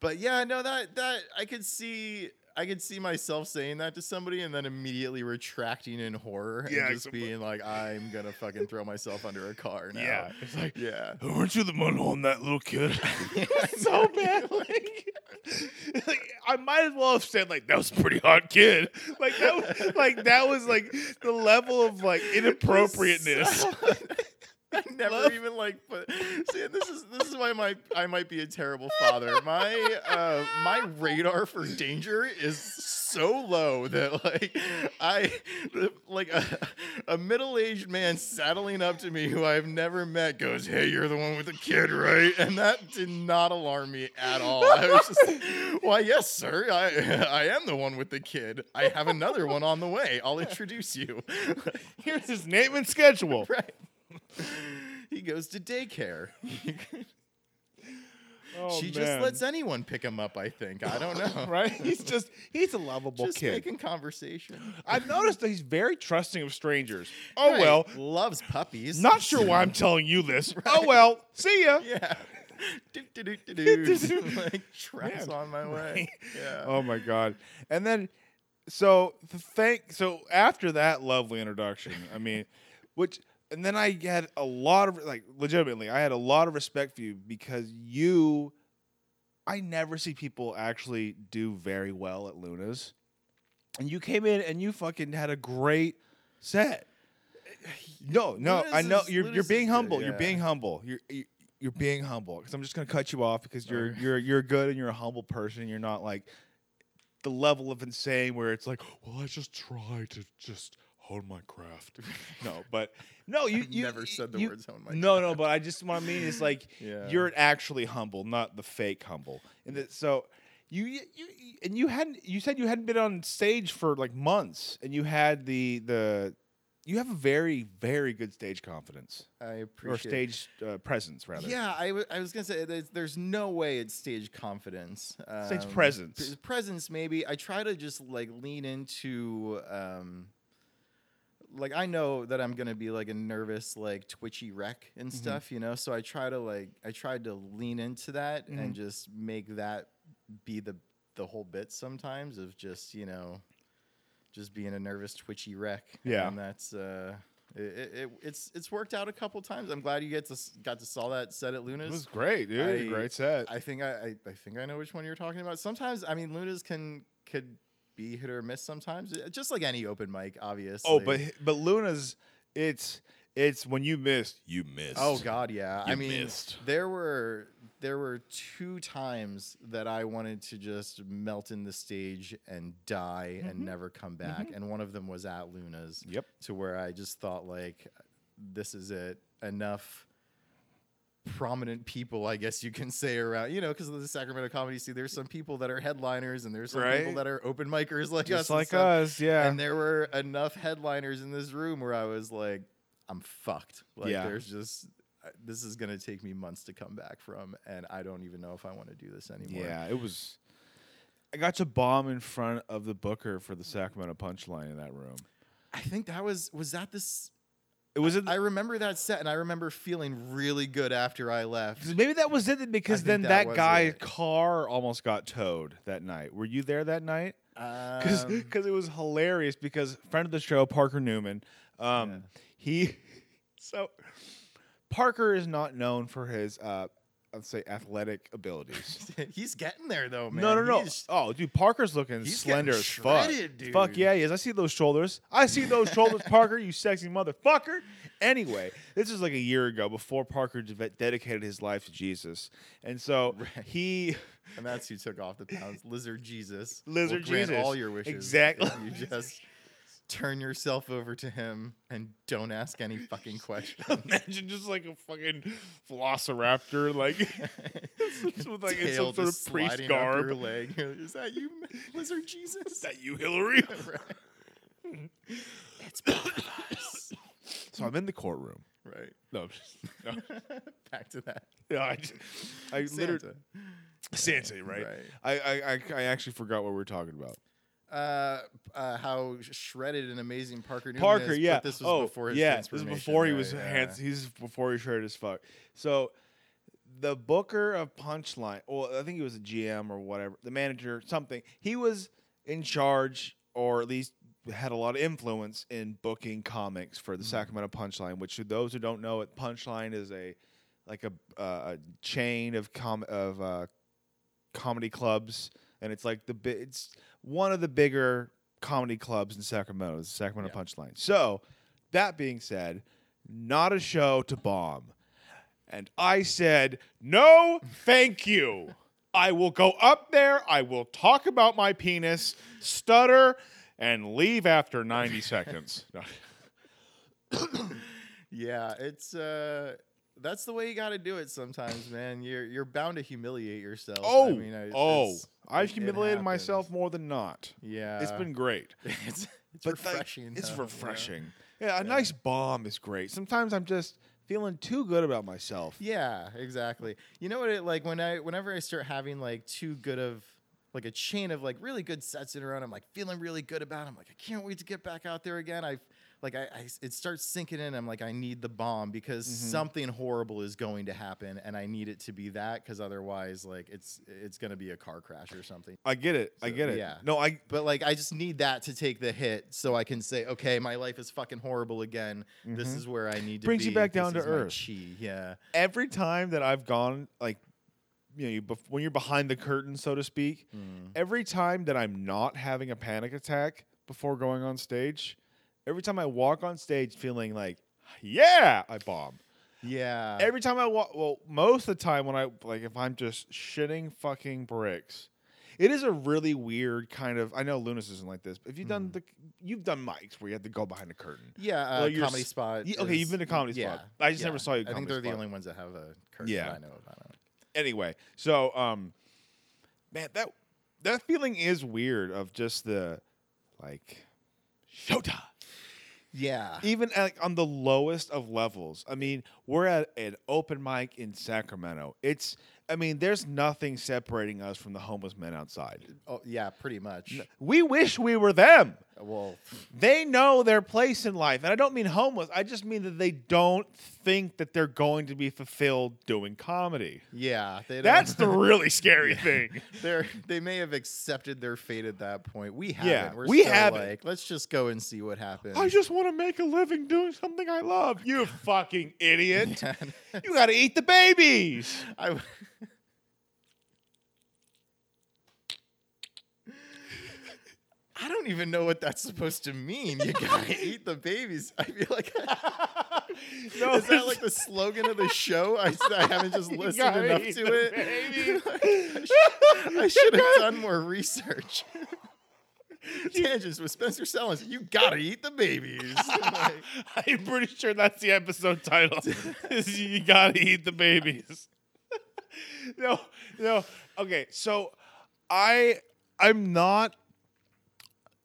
Speaker 1: But yeah, no, that that I could see I could see myself saying that to somebody and then immediately retracting in horror and
Speaker 3: Yeah,
Speaker 1: just
Speaker 3: exactly.
Speaker 1: being like, I'm gonna fucking throw myself under a car now.
Speaker 3: Yeah, it's like
Speaker 1: Yeah.
Speaker 3: "Oh, weren't you the one holding that little kid? It was so bad. Like, like, I might as well have said like that was a pretty hot kid. Like that was like that was like the level of like inappropriateness.
Speaker 1: I never
Speaker 3: Love-
Speaker 1: even like put see and this is this is why my I might be a terrible father. My uh my radar for danger is so low that like I like a, a middle-aged man saddling up to me who I've never met goes, "Hey, you're the one with the kid, right?" And that did not alarm me at all. I was just, "Why, yes, sir. I I am the one with the kid. I have another one on the way. I'll introduce you."
Speaker 3: Here's his name and schedule.
Speaker 1: right. He goes to daycare.
Speaker 3: Oh,
Speaker 1: she
Speaker 3: man.
Speaker 1: just lets anyone pick him up, I think. I don't know.
Speaker 3: right. He's just he's a lovable
Speaker 1: Just
Speaker 3: kid.
Speaker 1: making conversation.
Speaker 3: I've noticed that he's very trusting of strangers. Oh
Speaker 1: Right.
Speaker 3: well,
Speaker 1: loves puppies.
Speaker 3: not sure why I'm telling you this. Oh well, see ya.
Speaker 1: Yeah. do, do, do, do, do. like tracks on my way. Yeah.
Speaker 3: Oh my god. And then so the thank so after that lovely introduction, I mean, which and then I had a lot of like legitimately, I had a lot of respect for you because you I never see people actually do very well at Luna's. And you came in and you fucking had a great set. No, no, I
Speaker 1: Luna's
Speaker 3: know
Speaker 1: is-
Speaker 3: you're
Speaker 1: Luna's
Speaker 3: you're
Speaker 1: is
Speaker 3: being
Speaker 1: good,
Speaker 3: humble.
Speaker 1: yeah.
Speaker 3: You're being humble. You're you- you're being humble because I'm just gonna cut you off because you're you're you're good and you're a humble person. You're not like the level of insane where it's like, well, I just try to just hone my craft. no, but no, you,
Speaker 1: I've
Speaker 3: you
Speaker 1: never said the
Speaker 3: you-
Speaker 1: words hone my
Speaker 3: No, no, but I just what I mean is like
Speaker 1: Yeah.
Speaker 3: you're actually humble, not the fake humble. And that, so you you you- and you hadn't you said you hadn't been on stage for like months, and you had the the you have a very very good stage confidence
Speaker 1: I appreciate
Speaker 3: or stage uh, presence rather.
Speaker 1: Yeah, I wa- I was gonna say there's, there's no way it's stage confidence.
Speaker 3: Stage
Speaker 1: Um,
Speaker 3: presence.
Speaker 1: p- presence, maybe. I try to just like lean into. Um, like I know that I'm gonna be like a nervous, like twitchy wreck and
Speaker 3: Mm-hmm.
Speaker 1: stuff, you know. So I try to like I tried to lean into that
Speaker 3: Mm-hmm.
Speaker 1: and just make that be the the whole bit sometimes of just you know, just being a nervous twitchy wreck.
Speaker 3: Yeah.
Speaker 1: and that's uh, it, it, it it's it's worked out a couple times. I'm glad you get to s- got to saw that set at Luna's.
Speaker 3: It was great, dude.
Speaker 1: I-
Speaker 3: great set.
Speaker 1: I think I, I I think I know which one you're talking about. Sometimes I mean Luna's can could be hit or miss sometimes, Uh, just like any open mic, obviously.
Speaker 3: oh, but but Luna's it's it's when you missed, you missed.
Speaker 1: Oh God, yeah. I
Speaker 3: You
Speaker 1: mean,
Speaker 3: missed.
Speaker 1: there were there were two times that I wanted to just melt in the stage and die and never come back, and one of them was at Luna's.
Speaker 3: Yep.
Speaker 1: To where I just thought like, this is it. Enough prominent people, I guess you can say around, you know, because of the Sacramento comedy scene. There's some people that are headliners, and there's some people
Speaker 3: Right.
Speaker 1: that are open micers like us.
Speaker 3: just
Speaker 1: and
Speaker 3: like
Speaker 1: stuff.
Speaker 3: us, yeah.
Speaker 1: And there were enough headliners in this room where I was like, I'm fucked. Like,
Speaker 3: Yeah.
Speaker 1: there's just, I- this is going to take me months to come back from. And I don't even know if I want to do this anymore.
Speaker 3: Yeah, it was. I got to bomb in front of the booker for the Sacramento Punchline in that room.
Speaker 1: I think that was, was that this?
Speaker 3: It was in
Speaker 1: I remember that set and I remember feeling really good after I left.
Speaker 3: maybe that was it because
Speaker 1: think
Speaker 3: then
Speaker 1: that
Speaker 3: that,
Speaker 1: was
Speaker 3: guy's
Speaker 1: it.
Speaker 3: car almost got towed that night. Were you there that night? Because
Speaker 1: Um,
Speaker 3: it was hilarious. Because friend of the show Parker Newman, um, he so Parker is not known for his uh, I'd say athletic abilities.
Speaker 1: he's getting there though, man.
Speaker 3: No, no, no.
Speaker 1: He's-
Speaker 3: oh, dude, Parker's looking
Speaker 1: he's
Speaker 3: slender
Speaker 1: getting
Speaker 3: as fuck.
Speaker 1: shredded, dude.
Speaker 3: Fuck yeah, he is. I see those shoulders. I see those shoulders, Parker. You sexy motherfucker. Anyway, this is like a year ago before Parker de- dedicated his life to Jesus, and so he.
Speaker 1: and that's who took off the pounds. Lizard Jesus. will
Speaker 3: Lizard
Speaker 1: grant
Speaker 3: Jesus.
Speaker 1: All your wishes.
Speaker 3: Exactly.
Speaker 1: if You just turn yourself over to him and don't ask any fucking questions.
Speaker 3: Imagine just like a fucking velociraptor, like with like in
Speaker 1: tail
Speaker 3: some sort
Speaker 1: just
Speaker 3: of priest
Speaker 1: sliding up
Speaker 3: garb.
Speaker 1: your leg. You're like, Is that you, Lizard Jesus?
Speaker 3: Is that you, Hillary?
Speaker 1: right.
Speaker 3: so I'm in the courtroom.
Speaker 1: right.
Speaker 3: No, I'm just- no,
Speaker 1: Back to that.
Speaker 3: no I, just, I literally
Speaker 1: Santa.
Speaker 3: Santa, right?
Speaker 1: Right.
Speaker 3: I, I, I, I actually forgot what we were talking about.
Speaker 1: Uh, uh, how shredded and amazing Parker Newman
Speaker 3: Parker,
Speaker 1: is,
Speaker 3: yeah.
Speaker 1: But this was
Speaker 3: oh,
Speaker 1: before his
Speaker 3: yeah. This was
Speaker 1: transformation,
Speaker 3: before he
Speaker 1: right?
Speaker 3: was
Speaker 1: Yeah.
Speaker 3: hands. He's before he shredded as fuck. So the booker of Punchline, well, I think he was a GM or whatever, the manager, something. He was in charge, or at least had a lot of influence in booking comics for the
Speaker 1: Mm-hmm.
Speaker 3: Sacramento Punchline. Which, to those who don't know, it Punchline is a like a, uh, a chain of com of uh, comedy clubs, and it's like the bi- it's one of the bigger comedy clubs in Sacramento, is the Sacramento Punchline. So, that being said, not a show to bomb, and I said no, thank you. I will go up there, I will talk about my penis, stutter, and leave after 90 seconds. No.
Speaker 1: Yeah, it's uh that's the way you got to do it sometimes, man. You're you're bound to humiliate yourself.
Speaker 3: Oh,
Speaker 1: I mean, I-
Speaker 3: oh,
Speaker 1: it's-
Speaker 3: I've
Speaker 1: it- it
Speaker 3: humiliated
Speaker 1: happens.
Speaker 3: myself more than not.
Speaker 1: Yeah,
Speaker 3: it's been great.
Speaker 1: it's, it's
Speaker 3: But like,
Speaker 1: refreshing.
Speaker 3: it's
Speaker 1: though, you know?
Speaker 3: refreshing. Yeah, a nice bomb is great. Sometimes I'm just feeling too good about myself.
Speaker 1: Yeah, exactly. You know what? It like when I whenever I start having like too good of like a chain of like really good sets in a row, and I'm like feeling really good about. It. I'm like I can't wait to get back out there again. I like I, I it starts sinking in. I'm like I need the bomb because
Speaker 3: Mm-hmm.
Speaker 1: something horrible is going to happen, and I need it to be that because otherwise like it's it's gonna be a car crash or something.
Speaker 3: I get it. I
Speaker 1: So,
Speaker 3: get it.
Speaker 1: yeah.
Speaker 3: No, I
Speaker 1: But like I just need that to take the hit so I can say okay, my life is fucking horrible again. This is where I need to
Speaker 3: Mm-hmm. Brings
Speaker 1: be.
Speaker 3: you back
Speaker 1: This
Speaker 3: down to
Speaker 1: is my
Speaker 3: earth.
Speaker 1: Chi. Yeah.
Speaker 3: every time that I've gone like you know, you bef- when you're behind the curtain, so to speak, every time that I'm not having a panic attack before going on stage, every time I walk on stage feeling like, yeah, I bomb.
Speaker 1: Yeah.
Speaker 3: every time I walk, well, most of the time when I like, if I'm just shitting fucking bricks, it is a really weird kind of. I know Lunas isn't like this, but if you've
Speaker 1: Mm.
Speaker 3: done the, you've done mics where you had to go behind a curtain.
Speaker 1: Yeah, uh,
Speaker 3: Well, you're
Speaker 1: comedy
Speaker 3: s-
Speaker 1: spot.
Speaker 3: Ye- okay,
Speaker 1: is-
Speaker 3: you've been to Comedy Spot. I just never saw you at
Speaker 1: I think
Speaker 3: Comedy
Speaker 1: they're the
Speaker 3: Spot.
Speaker 1: only ones that have a curtain
Speaker 3: Yeah.
Speaker 1: that I know about.
Speaker 3: Anyway, so um, man, that that feeling is weird of just the like showtime.
Speaker 1: Yeah.
Speaker 3: Even at, like, on the lowest of levels. I mean, we're at an open mic in Sacramento. It's I mean, there's nothing separating us from the homeless men outside.
Speaker 1: Oh, yeah, pretty much.
Speaker 3: We wish we were them.
Speaker 1: Well,
Speaker 3: They know their place in life. And I don't mean homeless. I just mean that they don't think that they're going to be fulfilled doing comedy.
Speaker 1: yeah. They don't,
Speaker 3: That's the really scary thing.
Speaker 1: they're, they may have accepted their fate at that point. We haven't.
Speaker 3: Yeah,
Speaker 1: We're
Speaker 3: we
Speaker 1: still
Speaker 3: haven't.
Speaker 1: Like, let's just go and see what happens.
Speaker 3: I just want to make a living doing something I love. You fucking idiot.
Speaker 1: Man,
Speaker 3: You got to eat the babies.
Speaker 1: I w- I don't even know what that's supposed to mean. You gotta eat the babies. I feel like
Speaker 3: No,
Speaker 1: is that
Speaker 3: it's-
Speaker 1: like the slogan of the show? I, I haven't just
Speaker 3: You
Speaker 1: listened
Speaker 3: gotta
Speaker 1: enough
Speaker 3: eat
Speaker 1: to
Speaker 3: the
Speaker 1: it.
Speaker 3: babies.
Speaker 1: I should have done more research. Tangents with Spencer Sellers. You gotta eat the babies. Like,
Speaker 3: I'm pretty sure that's the episode title. is you gotta eat the babies. no, no. Okay, so I I'm not.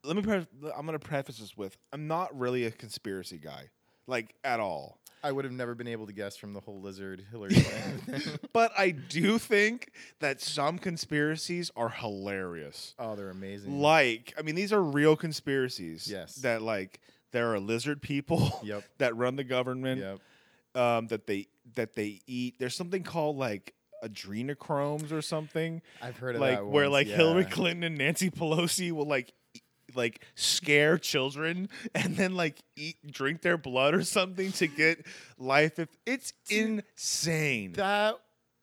Speaker 3: Let me. Pref- I'm gonna preface this with I'm not really a conspiracy guy, like at all.
Speaker 1: I would have never been able to guess from the whole lizard Hillary Clinton. thing.
Speaker 3: But I do think that some conspiracies are hilarious.
Speaker 1: oh, they're amazing.
Speaker 3: Like, I mean, these are real conspiracies.
Speaker 1: Yes.
Speaker 3: That like there are lizard people
Speaker 1: Yep.
Speaker 3: that run the government.
Speaker 1: Yep.
Speaker 3: um, that they that they eat. There's something called like adrenochromes or something,
Speaker 1: I've heard of
Speaker 3: like
Speaker 1: that.
Speaker 3: where
Speaker 1: once,
Speaker 3: like Hillary
Speaker 1: yeah.
Speaker 3: Clinton and Nancy Pelosi will like e- like scare children and then like eat drink their blood or something to get life. If it's insane.
Speaker 1: That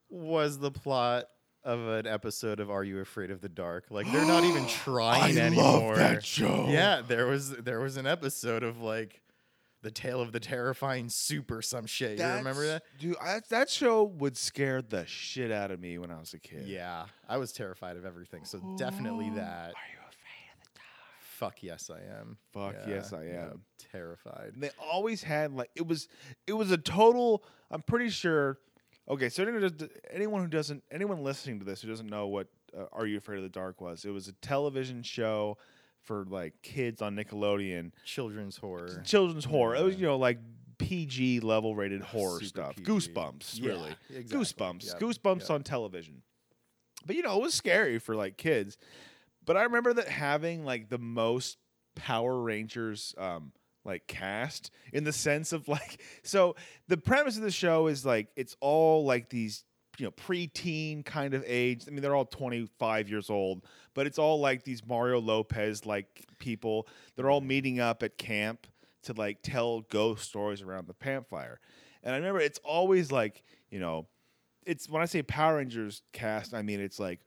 Speaker 1: was the plot of an episode of Are You Afraid of the Dark? Like they're not even
Speaker 3: I
Speaker 1: trying anymore.
Speaker 3: love that show.
Speaker 1: Yeah, there was there was an episode of like the tale of the terrifying soup or some shit. you remember that?
Speaker 3: That's- dude? I, that show would scare the shit out of me when I was a kid.
Speaker 1: Yeah, I was terrified of everything. So definitely that.
Speaker 3: Are you afraid of the dark?
Speaker 1: Fuck yes, I am.
Speaker 3: Fuck yes, I
Speaker 1: yeah,
Speaker 3: am.
Speaker 1: terrified.
Speaker 3: and they always had like it was it was a total i'm pretty sure okay so anyone who does- anyone who doesn't anyone listening to this who doesn't know what uh, are you afraid of the dark was it was a television show for like kids on nickelodeon
Speaker 1: Children's horror.
Speaker 3: children's horror it was
Speaker 1: Yeah.
Speaker 3: you know like pg level rated horror
Speaker 1: Super
Speaker 3: stuff
Speaker 1: PG.
Speaker 3: goosebumps
Speaker 1: Yeah,
Speaker 3: really
Speaker 1: exactly.
Speaker 3: goosebumps
Speaker 1: Yep,
Speaker 3: goosebumps
Speaker 1: yep.
Speaker 3: on television but you know it was scary for like kids but i remember that having like the most power rangers um like cast in the sense of like so the premise of the show is like it's all like these you know preteen kind of age i mean they're all 25 years old but it's all like these mario lopez like people they're all meeting up at camp to like tell ghost stories around the campfire and i remember it's always like you know it's when I say Power Rangers cast, I mean it's like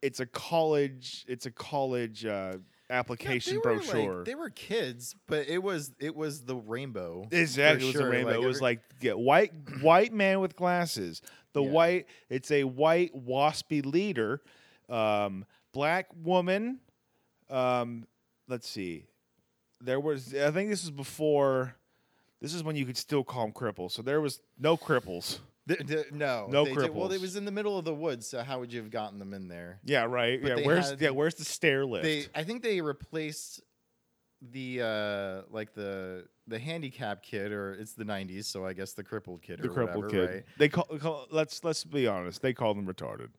Speaker 3: it's a college, it's a college uh,
Speaker 1: Yeah, they
Speaker 3: application
Speaker 1: were, like-
Speaker 3: brochure.
Speaker 1: they were kids, but it was it was the rainbow.
Speaker 3: Exactly,
Speaker 1: for
Speaker 3: it was
Speaker 1: sure,
Speaker 3: a rainbow.
Speaker 1: like
Speaker 3: it was
Speaker 1: every-
Speaker 3: like yeah, white white man with glasses. The
Speaker 1: Yeah.
Speaker 3: white, it's a white waspy leader, um, black woman. Um, let's see, there was. I think this is before. This is when you could still call them cripples. So there was no cripples.
Speaker 1: Th- th- no,
Speaker 3: No
Speaker 1: they did- Well,
Speaker 3: cripples.
Speaker 1: it was in the middle of the woods, so how would you have gotten them in there?
Speaker 3: Yeah, right.
Speaker 1: But
Speaker 3: yeah,
Speaker 1: they
Speaker 3: where's
Speaker 1: had-
Speaker 3: yeah, where's the stair lift?
Speaker 1: They, I think they replaced the uh like the the handicap kid, or it's the '90s, so I guess the crippled kid,
Speaker 3: the
Speaker 1: or
Speaker 3: crippled
Speaker 1: whatever,
Speaker 3: kid.
Speaker 1: right?
Speaker 3: They call, call. Let's let's be honest. They call them retarded.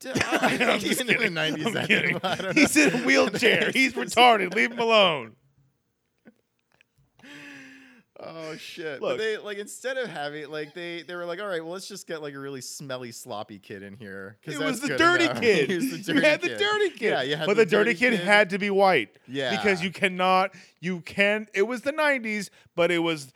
Speaker 1: D- I
Speaker 3: I'm
Speaker 1: think
Speaker 3: just
Speaker 1: even in the
Speaker 3: kidding.
Speaker 1: 90s,
Speaker 3: I'm
Speaker 1: that-
Speaker 3: kidding.
Speaker 1: I don't
Speaker 3: He's
Speaker 1: know.
Speaker 3: in a wheelchair. He's retarded. Leave him alone.
Speaker 1: Oh shit! But
Speaker 3: Look.
Speaker 1: they like instead of having like they they were like, all right, well let's just get like a really smelly sloppy kid in here
Speaker 3: It
Speaker 1: that's
Speaker 3: was the
Speaker 1: good
Speaker 3: dirty
Speaker 1: enough."
Speaker 3: kid.
Speaker 1: He was the
Speaker 3: you
Speaker 1: dirty
Speaker 3: had the
Speaker 1: kid.
Speaker 3: dirty kid.
Speaker 1: Yeah, you had
Speaker 3: but the, dirty, kid, had to be white. Because
Speaker 1: Yeah.
Speaker 3: you cannot, you can, it was the 90s, but it was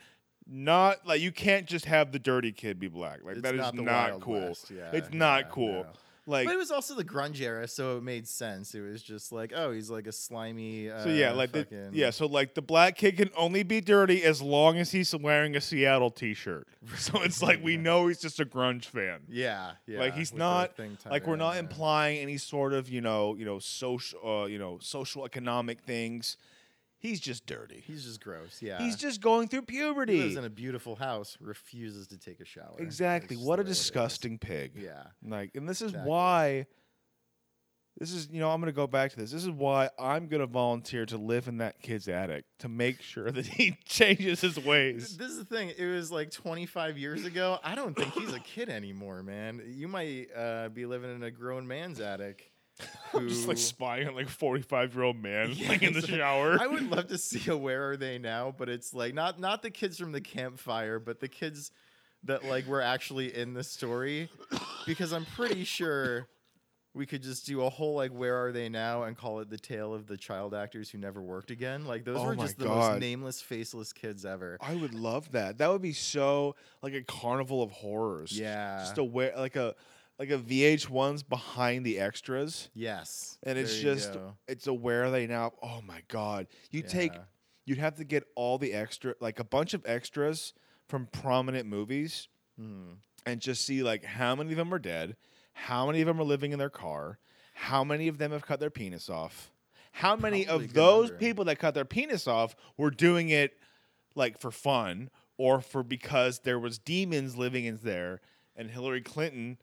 Speaker 3: not like you can't just have the dirty kid be black. Like,
Speaker 1: It's
Speaker 3: that is
Speaker 1: not
Speaker 3: not,
Speaker 1: the Wild
Speaker 3: cool.
Speaker 1: West. Yeah,
Speaker 3: it's not
Speaker 1: yeah,
Speaker 3: cool.
Speaker 1: no.
Speaker 3: Like,
Speaker 1: but it was also the grunge era, so it made sense. It was just like, oh, he's like a slimy. Uh,
Speaker 3: so yeah, like, the,
Speaker 1: fucking...
Speaker 3: yeah, so like the black kid can only be dirty as long as he's wearing a Seattle t shirt. So it's like we know he's just a grunge fan.
Speaker 1: yeah, yeah.
Speaker 3: like he's
Speaker 1: with the
Speaker 3: not
Speaker 1: thing tied
Speaker 3: like we're
Speaker 1: around
Speaker 3: not
Speaker 1: him.
Speaker 3: implying any sort of you know you know social uh, you know social economic things. He's just dirty.
Speaker 1: He's just gross. Yeah,
Speaker 3: He's just going through
Speaker 1: he lives
Speaker 3: puberty.
Speaker 1: in a beautiful house, refuses to take a shower.
Speaker 3: Exactly.
Speaker 1: That's just
Speaker 3: What
Speaker 1: the
Speaker 3: a
Speaker 1: way it is.
Speaker 3: disgusting pig.
Speaker 1: Yeah.
Speaker 3: Like, and this is
Speaker 1: Exactly.
Speaker 3: why. This is you know I'm gonna go back to this. This is why I'm gonna volunteer to live in that kid's attic to make sure that he changes his ways.
Speaker 1: This is the thing. It was like 25 years ago. I don't think he's a kid anymore, man. You might uh, be living in a grown man's attic.
Speaker 3: I'm just like
Speaker 1: who-
Speaker 3: spying on like 45 year old man like in the
Speaker 1: Yes.
Speaker 3: shower.
Speaker 1: I would love to see a Where Are They Now, but it's like not not the kids from the campfire, but the kids that like were actually in the story, because I'm pretty sure we could just do a whole like Where Are They Now and call it the tale of the child actors who never worked again. Like those
Speaker 3: Oh
Speaker 1: were
Speaker 3: my
Speaker 1: just the
Speaker 3: God.
Speaker 1: most nameless, faceless kids ever.
Speaker 3: I would love that. That would be so like a carnival of horrors.
Speaker 1: Yeah.
Speaker 3: Just a where like a like a VH1's behind the extras.
Speaker 1: yes,
Speaker 3: And it's
Speaker 1: there you
Speaker 3: just
Speaker 1: go.
Speaker 3: it's a where are they now? Oh my god. You take
Speaker 1: Yeah.
Speaker 3: you'd have to get all the extra like a bunch of extras from prominent movies
Speaker 1: Mhm.
Speaker 3: and just see like how many of them are dead, how many of them are living in their car, how many of them have cut their penis off, how many
Speaker 1: Probably a
Speaker 3: of
Speaker 1: good
Speaker 3: those
Speaker 1: number.
Speaker 3: people that cut their penis off were doing it like for fun or for because there was demons living in there and Hillary Clinton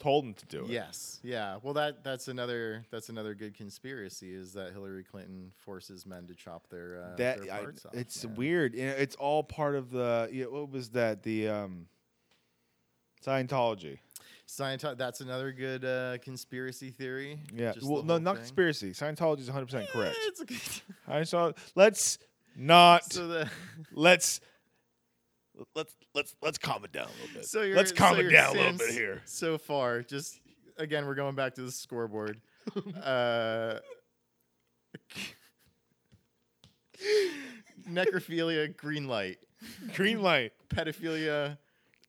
Speaker 3: told them to do it.
Speaker 1: Yes. Yeah. Well, that that's another that's another good conspiracy is that Hillary Clinton forces men to chop their uh,
Speaker 3: that
Speaker 1: their
Speaker 3: I-
Speaker 1: parts off,
Speaker 3: it's
Speaker 1: man.
Speaker 3: weird. You know, It's all part of the you know, what was that the um Scientology.
Speaker 1: Scientology. That's another good uh, conspiracy theory.
Speaker 3: Yeah.
Speaker 1: Just
Speaker 3: Well,
Speaker 1: the
Speaker 3: no,
Speaker 1: whole
Speaker 3: not
Speaker 1: thing.
Speaker 3: conspiracy. Scientology is 100% correct.
Speaker 1: Eh, it's okay.
Speaker 3: I saw. Let's not.
Speaker 1: so the
Speaker 3: let's let's let's let's calm it down a little bit.
Speaker 1: so your
Speaker 3: let's calm
Speaker 1: so
Speaker 3: it
Speaker 1: your
Speaker 3: down a little
Speaker 1: Sims
Speaker 3: bit here.
Speaker 1: So far, just again, we're going back to the scoreboard. uh, necrophilia, green light.
Speaker 3: Green light,
Speaker 1: Pedophilia,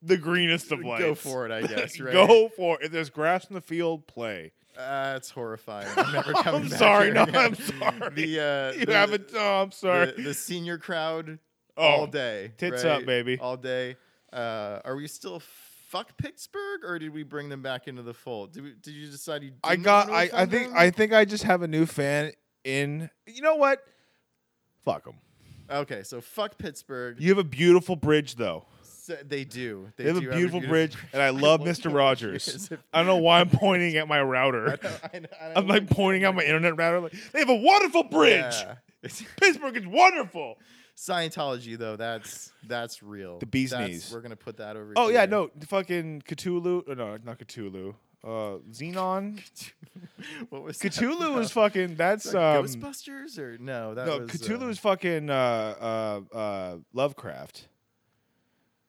Speaker 3: the greenest of lights.
Speaker 1: go for it. I guess. Right.
Speaker 3: Go for it. If there's grass in the field, play.
Speaker 1: Uh, it's horrifying. I'm never coming
Speaker 3: I'm
Speaker 1: back
Speaker 3: sorry.
Speaker 1: here
Speaker 3: No,
Speaker 1: again.
Speaker 3: I'm sorry.
Speaker 1: The, uh,
Speaker 3: you
Speaker 1: the,
Speaker 3: haven't. Oh, I'm sorry.
Speaker 1: The, the senior crowd
Speaker 3: oh,
Speaker 1: all day.
Speaker 3: tits
Speaker 1: right?
Speaker 3: up, baby.
Speaker 1: All day. Uh, are we still fuck Pittsburgh, or did we bring them back into the fold? Did, we, did you decide you?
Speaker 3: I
Speaker 1: didn't
Speaker 3: got.
Speaker 1: wanna
Speaker 3: I, I
Speaker 1: offend
Speaker 3: think.
Speaker 1: them?
Speaker 3: I think I just have a new fan in. You know what? Fuck them.
Speaker 1: Okay, so fuck Pittsburgh.
Speaker 3: You have a beautiful bridge, though.
Speaker 1: So- they do. They,
Speaker 3: They have a
Speaker 1: do
Speaker 3: beautiful bridge, and I
Speaker 1: love
Speaker 3: love Mr.
Speaker 1: Mr.
Speaker 3: Rogers.
Speaker 1: Rogers.
Speaker 3: I don't know why I'm pointing at my
Speaker 1: I
Speaker 3: router.
Speaker 1: know- I know
Speaker 3: I'm like
Speaker 1: what-
Speaker 3: pointing out my internet router. Like they have a wonderful bridge.
Speaker 1: Yeah.
Speaker 3: Pittsburgh is wonderful.
Speaker 1: Scientology though, that's that's real.
Speaker 3: The bee's
Speaker 1: That's-
Speaker 3: knees.
Speaker 1: We're gonna put that over.
Speaker 3: Oh yeah,
Speaker 1: here.
Speaker 3: no, fucking Cthulhu. oh, No, not Cthulhu. Uh, Xenon.
Speaker 1: what was that
Speaker 3: Cthulhu
Speaker 1: about?
Speaker 3: is fucking. That's
Speaker 1: Is that
Speaker 3: um.
Speaker 1: Ghostbusters or no? That
Speaker 3: No,
Speaker 1: was,
Speaker 3: Cthulhu
Speaker 1: uh,
Speaker 3: is fucking uh, uh, uh, Lovecraft.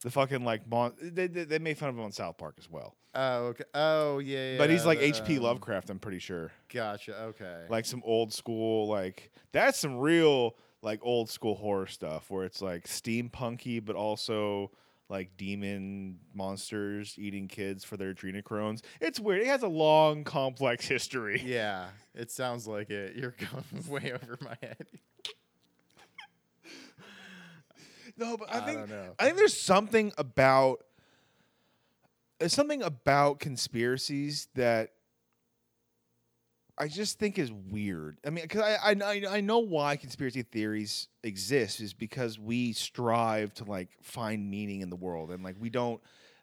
Speaker 3: The fucking like mon- they, they they made fun of him on South Park as well.
Speaker 1: Oh, okay. Oh, yeah.
Speaker 3: but he's
Speaker 1: yeah,
Speaker 3: like
Speaker 1: the,
Speaker 3: H.P.
Speaker 1: um,
Speaker 3: Lovecraft. I'm pretty sure.
Speaker 1: Gotcha. Okay.
Speaker 3: like some old school like that's some real like old school horror stuff where it's like steampunky but also like demon monsters eating kids for their adrenocrones. It's weird. It has a long, complex history.
Speaker 1: Yeah, it sounds like it. You're going way over my head.
Speaker 3: No, but
Speaker 1: I don't know.
Speaker 3: I think there's something about there's something about conspiracies that I just think is weird. I mean, because I, I I- I know why conspiracy theories exist is because we strive to like find meaning in the world and like we don't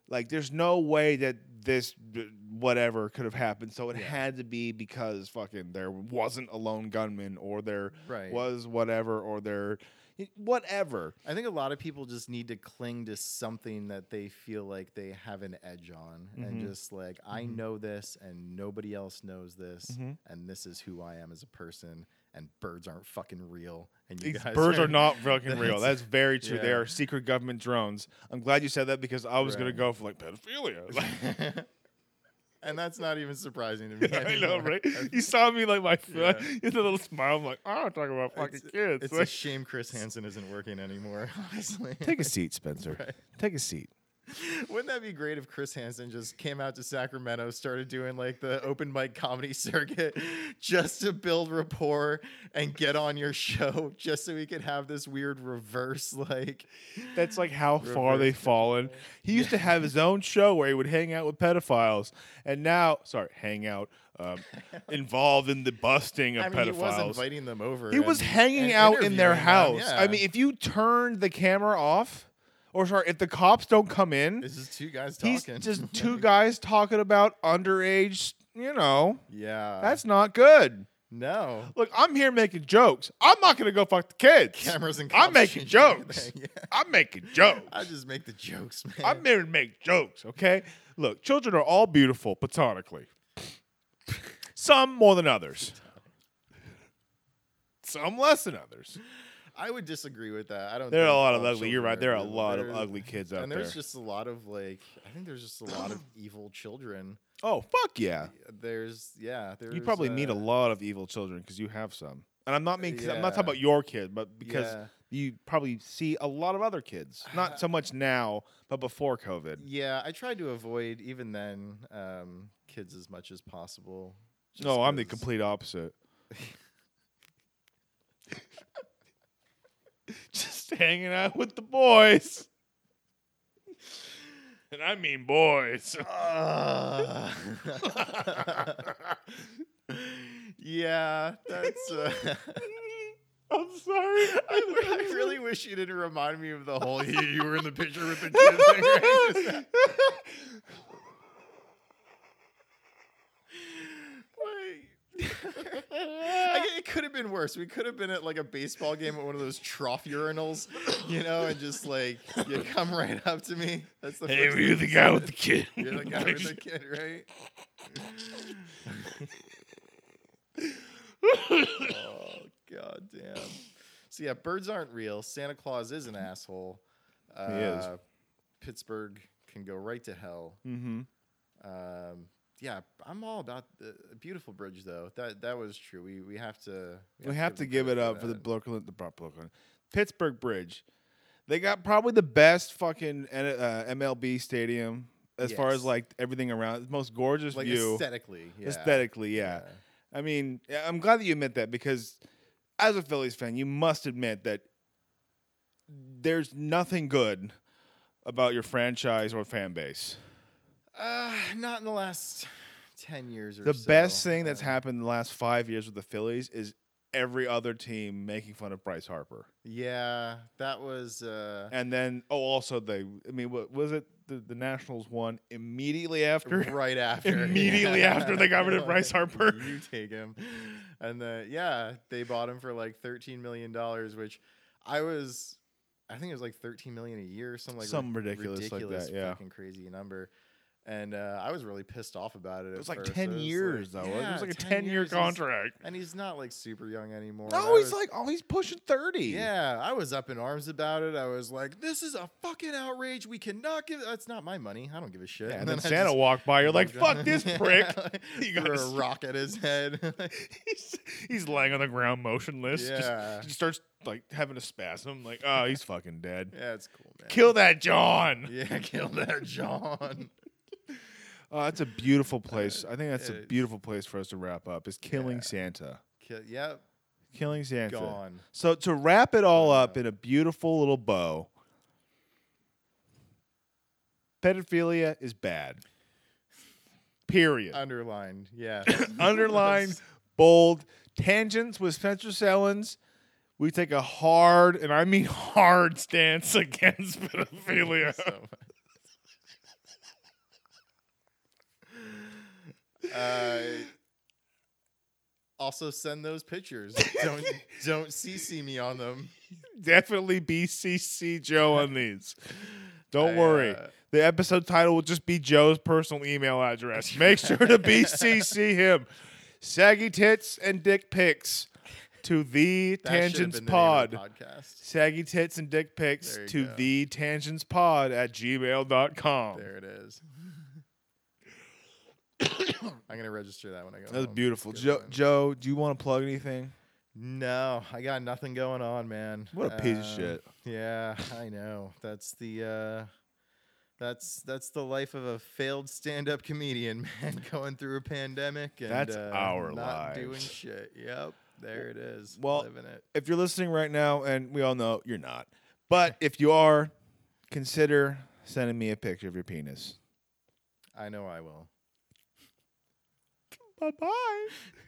Speaker 3: like there's no way that this b- whatever could have happened so it
Speaker 1: Yeah.
Speaker 3: had to be because fucking there wasn't a lone gunman or there
Speaker 1: Right.
Speaker 3: was whatever or there whatever
Speaker 1: I think a lot of people just need to cling to something that they feel like they have an edge on and
Speaker 3: Mhm.
Speaker 1: just like, I
Speaker 3: Mhm.
Speaker 1: know this and nobody else knows this
Speaker 3: Mhm.
Speaker 1: and this is who I am as a person and birds aren't fucking real and you
Speaker 3: These
Speaker 1: guys
Speaker 3: birds are not fucking real.
Speaker 1: That's-
Speaker 3: That's very true. They
Speaker 1: yeah.
Speaker 3: are secret government drones. I'm glad you said that because I was gonna
Speaker 1: Right.
Speaker 3: go for like pedophilia. Like,
Speaker 1: and that's not even surprising to me.
Speaker 3: I know,
Speaker 1: anymore.
Speaker 3: right?
Speaker 1: That's-
Speaker 3: You saw me like my
Speaker 1: Yeah.
Speaker 3: you did a little smile. I'm like, I don't talk about fucking
Speaker 1: It's-
Speaker 3: kids.
Speaker 1: It's a
Speaker 3: Like-
Speaker 1: shame Chris Hansen isn't working anymore, honestly.
Speaker 3: Take a seat, Spencer.
Speaker 1: Right.
Speaker 3: Take a seat.
Speaker 1: Wouldn't that be great if Chris Hansen just came out to Sacramento, started doing like the open mic comedy circuit just to build rapport and get on your show just so we could have this weird reverse like
Speaker 3: That's like how far
Speaker 1: Reverse
Speaker 3: they've fallen. He used to have his own show where he would hang out with pedophiles, and now, sorry, hang out, um, involved in the busting of
Speaker 1: I mean
Speaker 3: pedophiles.
Speaker 1: he was inviting them over.
Speaker 3: He was
Speaker 1: and- and
Speaker 3: hanging out in their
Speaker 1: interviewing
Speaker 3: house.
Speaker 1: them,
Speaker 3: I
Speaker 1: yeah.
Speaker 3: mean, if you turn the camera off, or sorry, if the cops don't come in,
Speaker 1: it's just two guys talking.
Speaker 3: he's just two guys talking about underage. You know,
Speaker 1: Yeah.
Speaker 3: that's not good.
Speaker 1: no.
Speaker 3: Look, I'm here making jokes. I'm not gonna go fuck the kids.
Speaker 1: Cameras and
Speaker 3: I'm
Speaker 1: cops
Speaker 3: making
Speaker 1: shouldn't do
Speaker 3: jokes.
Speaker 1: anything, yeah.
Speaker 3: I'm making jokes.
Speaker 1: I just make the jokes, man.
Speaker 3: I'm here to make jokes. Okay. Look, children are all beautiful platonically. Some more than others. Some less than others.
Speaker 1: I would disagree with that. I don't.
Speaker 3: There are a
Speaker 1: think
Speaker 3: lot of
Speaker 1: all
Speaker 3: ugly. You're
Speaker 1: children
Speaker 3: right. There are a
Speaker 1: beautiful.
Speaker 3: lot of
Speaker 1: There's-
Speaker 3: ugly kids out
Speaker 1: and
Speaker 3: there.
Speaker 1: there's just a lot of like, I think there's just a lot of evil children.
Speaker 3: oh fuck yeah!
Speaker 1: There's yeah. There's,
Speaker 3: You probably meet a
Speaker 1: uh,
Speaker 3: lot of evil children because you have some. And I'm not mean. 'cause I'm not talking
Speaker 1: Yeah.
Speaker 3: about your kid, but because
Speaker 1: Yeah.
Speaker 3: you probably see a lot of other kids. Not so much now, but before COVID.
Speaker 1: Yeah, I tried to avoid even then um, kids as much as possible. just
Speaker 3: No, I'm the
Speaker 1: 'cause-
Speaker 3: complete opposite. Just hanging out with the boys. And I mean boys.
Speaker 1: Uh, Ah. yeah, that's. Uh,
Speaker 3: I'm sorry.
Speaker 1: I really wish you didn't remind me of the whole you, you were in the picture with the kid thing. Right? Wait. I gue- it could have been worse. We could have been at like a baseball game at one of those trough urinals, you know, and just like you come right up to me. That's the
Speaker 3: Hey,
Speaker 1: first
Speaker 3: were you
Speaker 1: thing
Speaker 3: the
Speaker 1: you
Speaker 3: guy
Speaker 1: said.
Speaker 3: with the kid?
Speaker 1: You're the guy with the kid, right? oh god damn. So yeah, birds aren't real. Santa Claus is an asshole. Uh,
Speaker 3: is.
Speaker 1: Pittsburgh can go right to hell.
Speaker 3: Mm-hmm.
Speaker 1: Um, yeah, I'm all about the a beautiful bridge though. That that was true. We we have to
Speaker 3: We have to give
Speaker 1: them
Speaker 3: it
Speaker 1: credit
Speaker 3: up for the
Speaker 1: that.
Speaker 3: Brooklyn, the Bro- Brooklyn, Pittsburgh Bridge. They got probably the best fucking N- uh, MLB stadium as far as
Speaker 1: Yes.
Speaker 3: like everything around. It's most gorgeous
Speaker 1: like
Speaker 3: view
Speaker 1: aesthetically. Yeah.
Speaker 3: aesthetically. Yeah.
Speaker 1: Yeah.
Speaker 3: I mean, yeah, I'm glad that you admit that because as a Phillies fan, you must admit that there's nothing good about your franchise or fan base.
Speaker 1: Uh, not in the last ten years or
Speaker 3: The
Speaker 1: so.
Speaker 3: best thing that's
Speaker 1: Uh,
Speaker 3: happened in the last five years with the Phillies is every other team making fun of Bryce Harper.
Speaker 1: Yeah, that was. Uh,
Speaker 3: And then, oh, also they. I mean, what was it? The, the Nationals won immediately after.
Speaker 1: right after
Speaker 3: Immediately after they got rid of Bryce Harper.
Speaker 1: you take him and the yeah they bought him for like 13 million dollars which i was i think it was like 13 million a year or something like
Speaker 3: Some
Speaker 1: rid-
Speaker 3: ridiculous like that, yeah.
Speaker 1: fucking crazy number and uh, I was really pissed off about it.
Speaker 3: It was like ten years though. it was like a ten, year
Speaker 1: contract.
Speaker 3: contract.
Speaker 1: and he's not like super young anymore. and
Speaker 3: No,
Speaker 1: I
Speaker 3: he's
Speaker 1: was-
Speaker 3: like oh, he's pushing thirty.
Speaker 1: yeah, I was up in arms about it. I was like, this is a fucking outrage. We cannot give that's not my money. I don't give a shit.
Speaker 3: Yeah, and then
Speaker 1: I
Speaker 3: Santa
Speaker 1: just
Speaker 3: walked by. You're like,
Speaker 1: moved
Speaker 3: fuck
Speaker 1: on.
Speaker 3: this prick.
Speaker 1: Threw
Speaker 3: You gotta
Speaker 1: a
Speaker 3: stop.
Speaker 1: rock at his head.
Speaker 3: he's, he's laying on the ground motionless. Just-
Speaker 1: Yeah.
Speaker 3: he starts like having a spasm. Like, oh, he's fucking dead.
Speaker 1: yeah, it's cool, man.
Speaker 3: Kill that John.
Speaker 1: yeah, kill that John.
Speaker 3: Oh, that's a beautiful place. I think that's
Speaker 1: it
Speaker 3: a
Speaker 1: is.
Speaker 3: beautiful place for us to wrap up. Is killing
Speaker 1: Uh, Yeah.
Speaker 3: Santa.
Speaker 1: Kill, yep,
Speaker 3: Killing Santa.
Speaker 1: gone.
Speaker 3: So to wrap it all up in a beautiful little bow, pedophilia is bad. Period.
Speaker 1: Underlined. Yeah.
Speaker 3: Underline, bold. Tangents with Spencer Sellens. We take a hard, and I mean hard, stance against pedophilia.
Speaker 1: So- uh, also send those pictures. Don't don't CC me on them.
Speaker 3: Definitely BCC Joe on these. Don't
Speaker 1: I,
Speaker 3: worry.
Speaker 1: uh,
Speaker 3: The episode title will just be Joe's personal email address. Make sure to BCC him. Saggy tits and dick pics to
Speaker 1: That should
Speaker 3: the
Speaker 1: have
Speaker 3: tangents
Speaker 1: been the name of
Speaker 3: pod.
Speaker 1: the podcast.
Speaker 3: Saggy tits and dick pics
Speaker 1: There you
Speaker 3: to
Speaker 1: go.
Speaker 3: the tangents pod at gmail.com.
Speaker 1: There it is. I'm gonna register that when I go.
Speaker 3: That was
Speaker 1: home.
Speaker 3: beautiful.
Speaker 1: Oh, Good
Speaker 3: Joe,
Speaker 1: one.
Speaker 3: Joe, do you want to plug anything?
Speaker 1: No, I got nothing going on, man.
Speaker 3: What a piece of
Speaker 1: Um,
Speaker 3: shit.
Speaker 1: Yeah, I know. That's the uh that's that's the life of a failed stand-up comedian, man, going through a pandemic and
Speaker 3: That's
Speaker 1: uh,
Speaker 3: our
Speaker 1: not doing
Speaker 3: lives.
Speaker 1: shit. Yep. There it is.
Speaker 3: Well-
Speaker 1: living it.
Speaker 3: If you're listening right now, and we all know you're not, but if you are, consider sending me a picture of your penis.
Speaker 1: I know I will.
Speaker 3: Bye bye.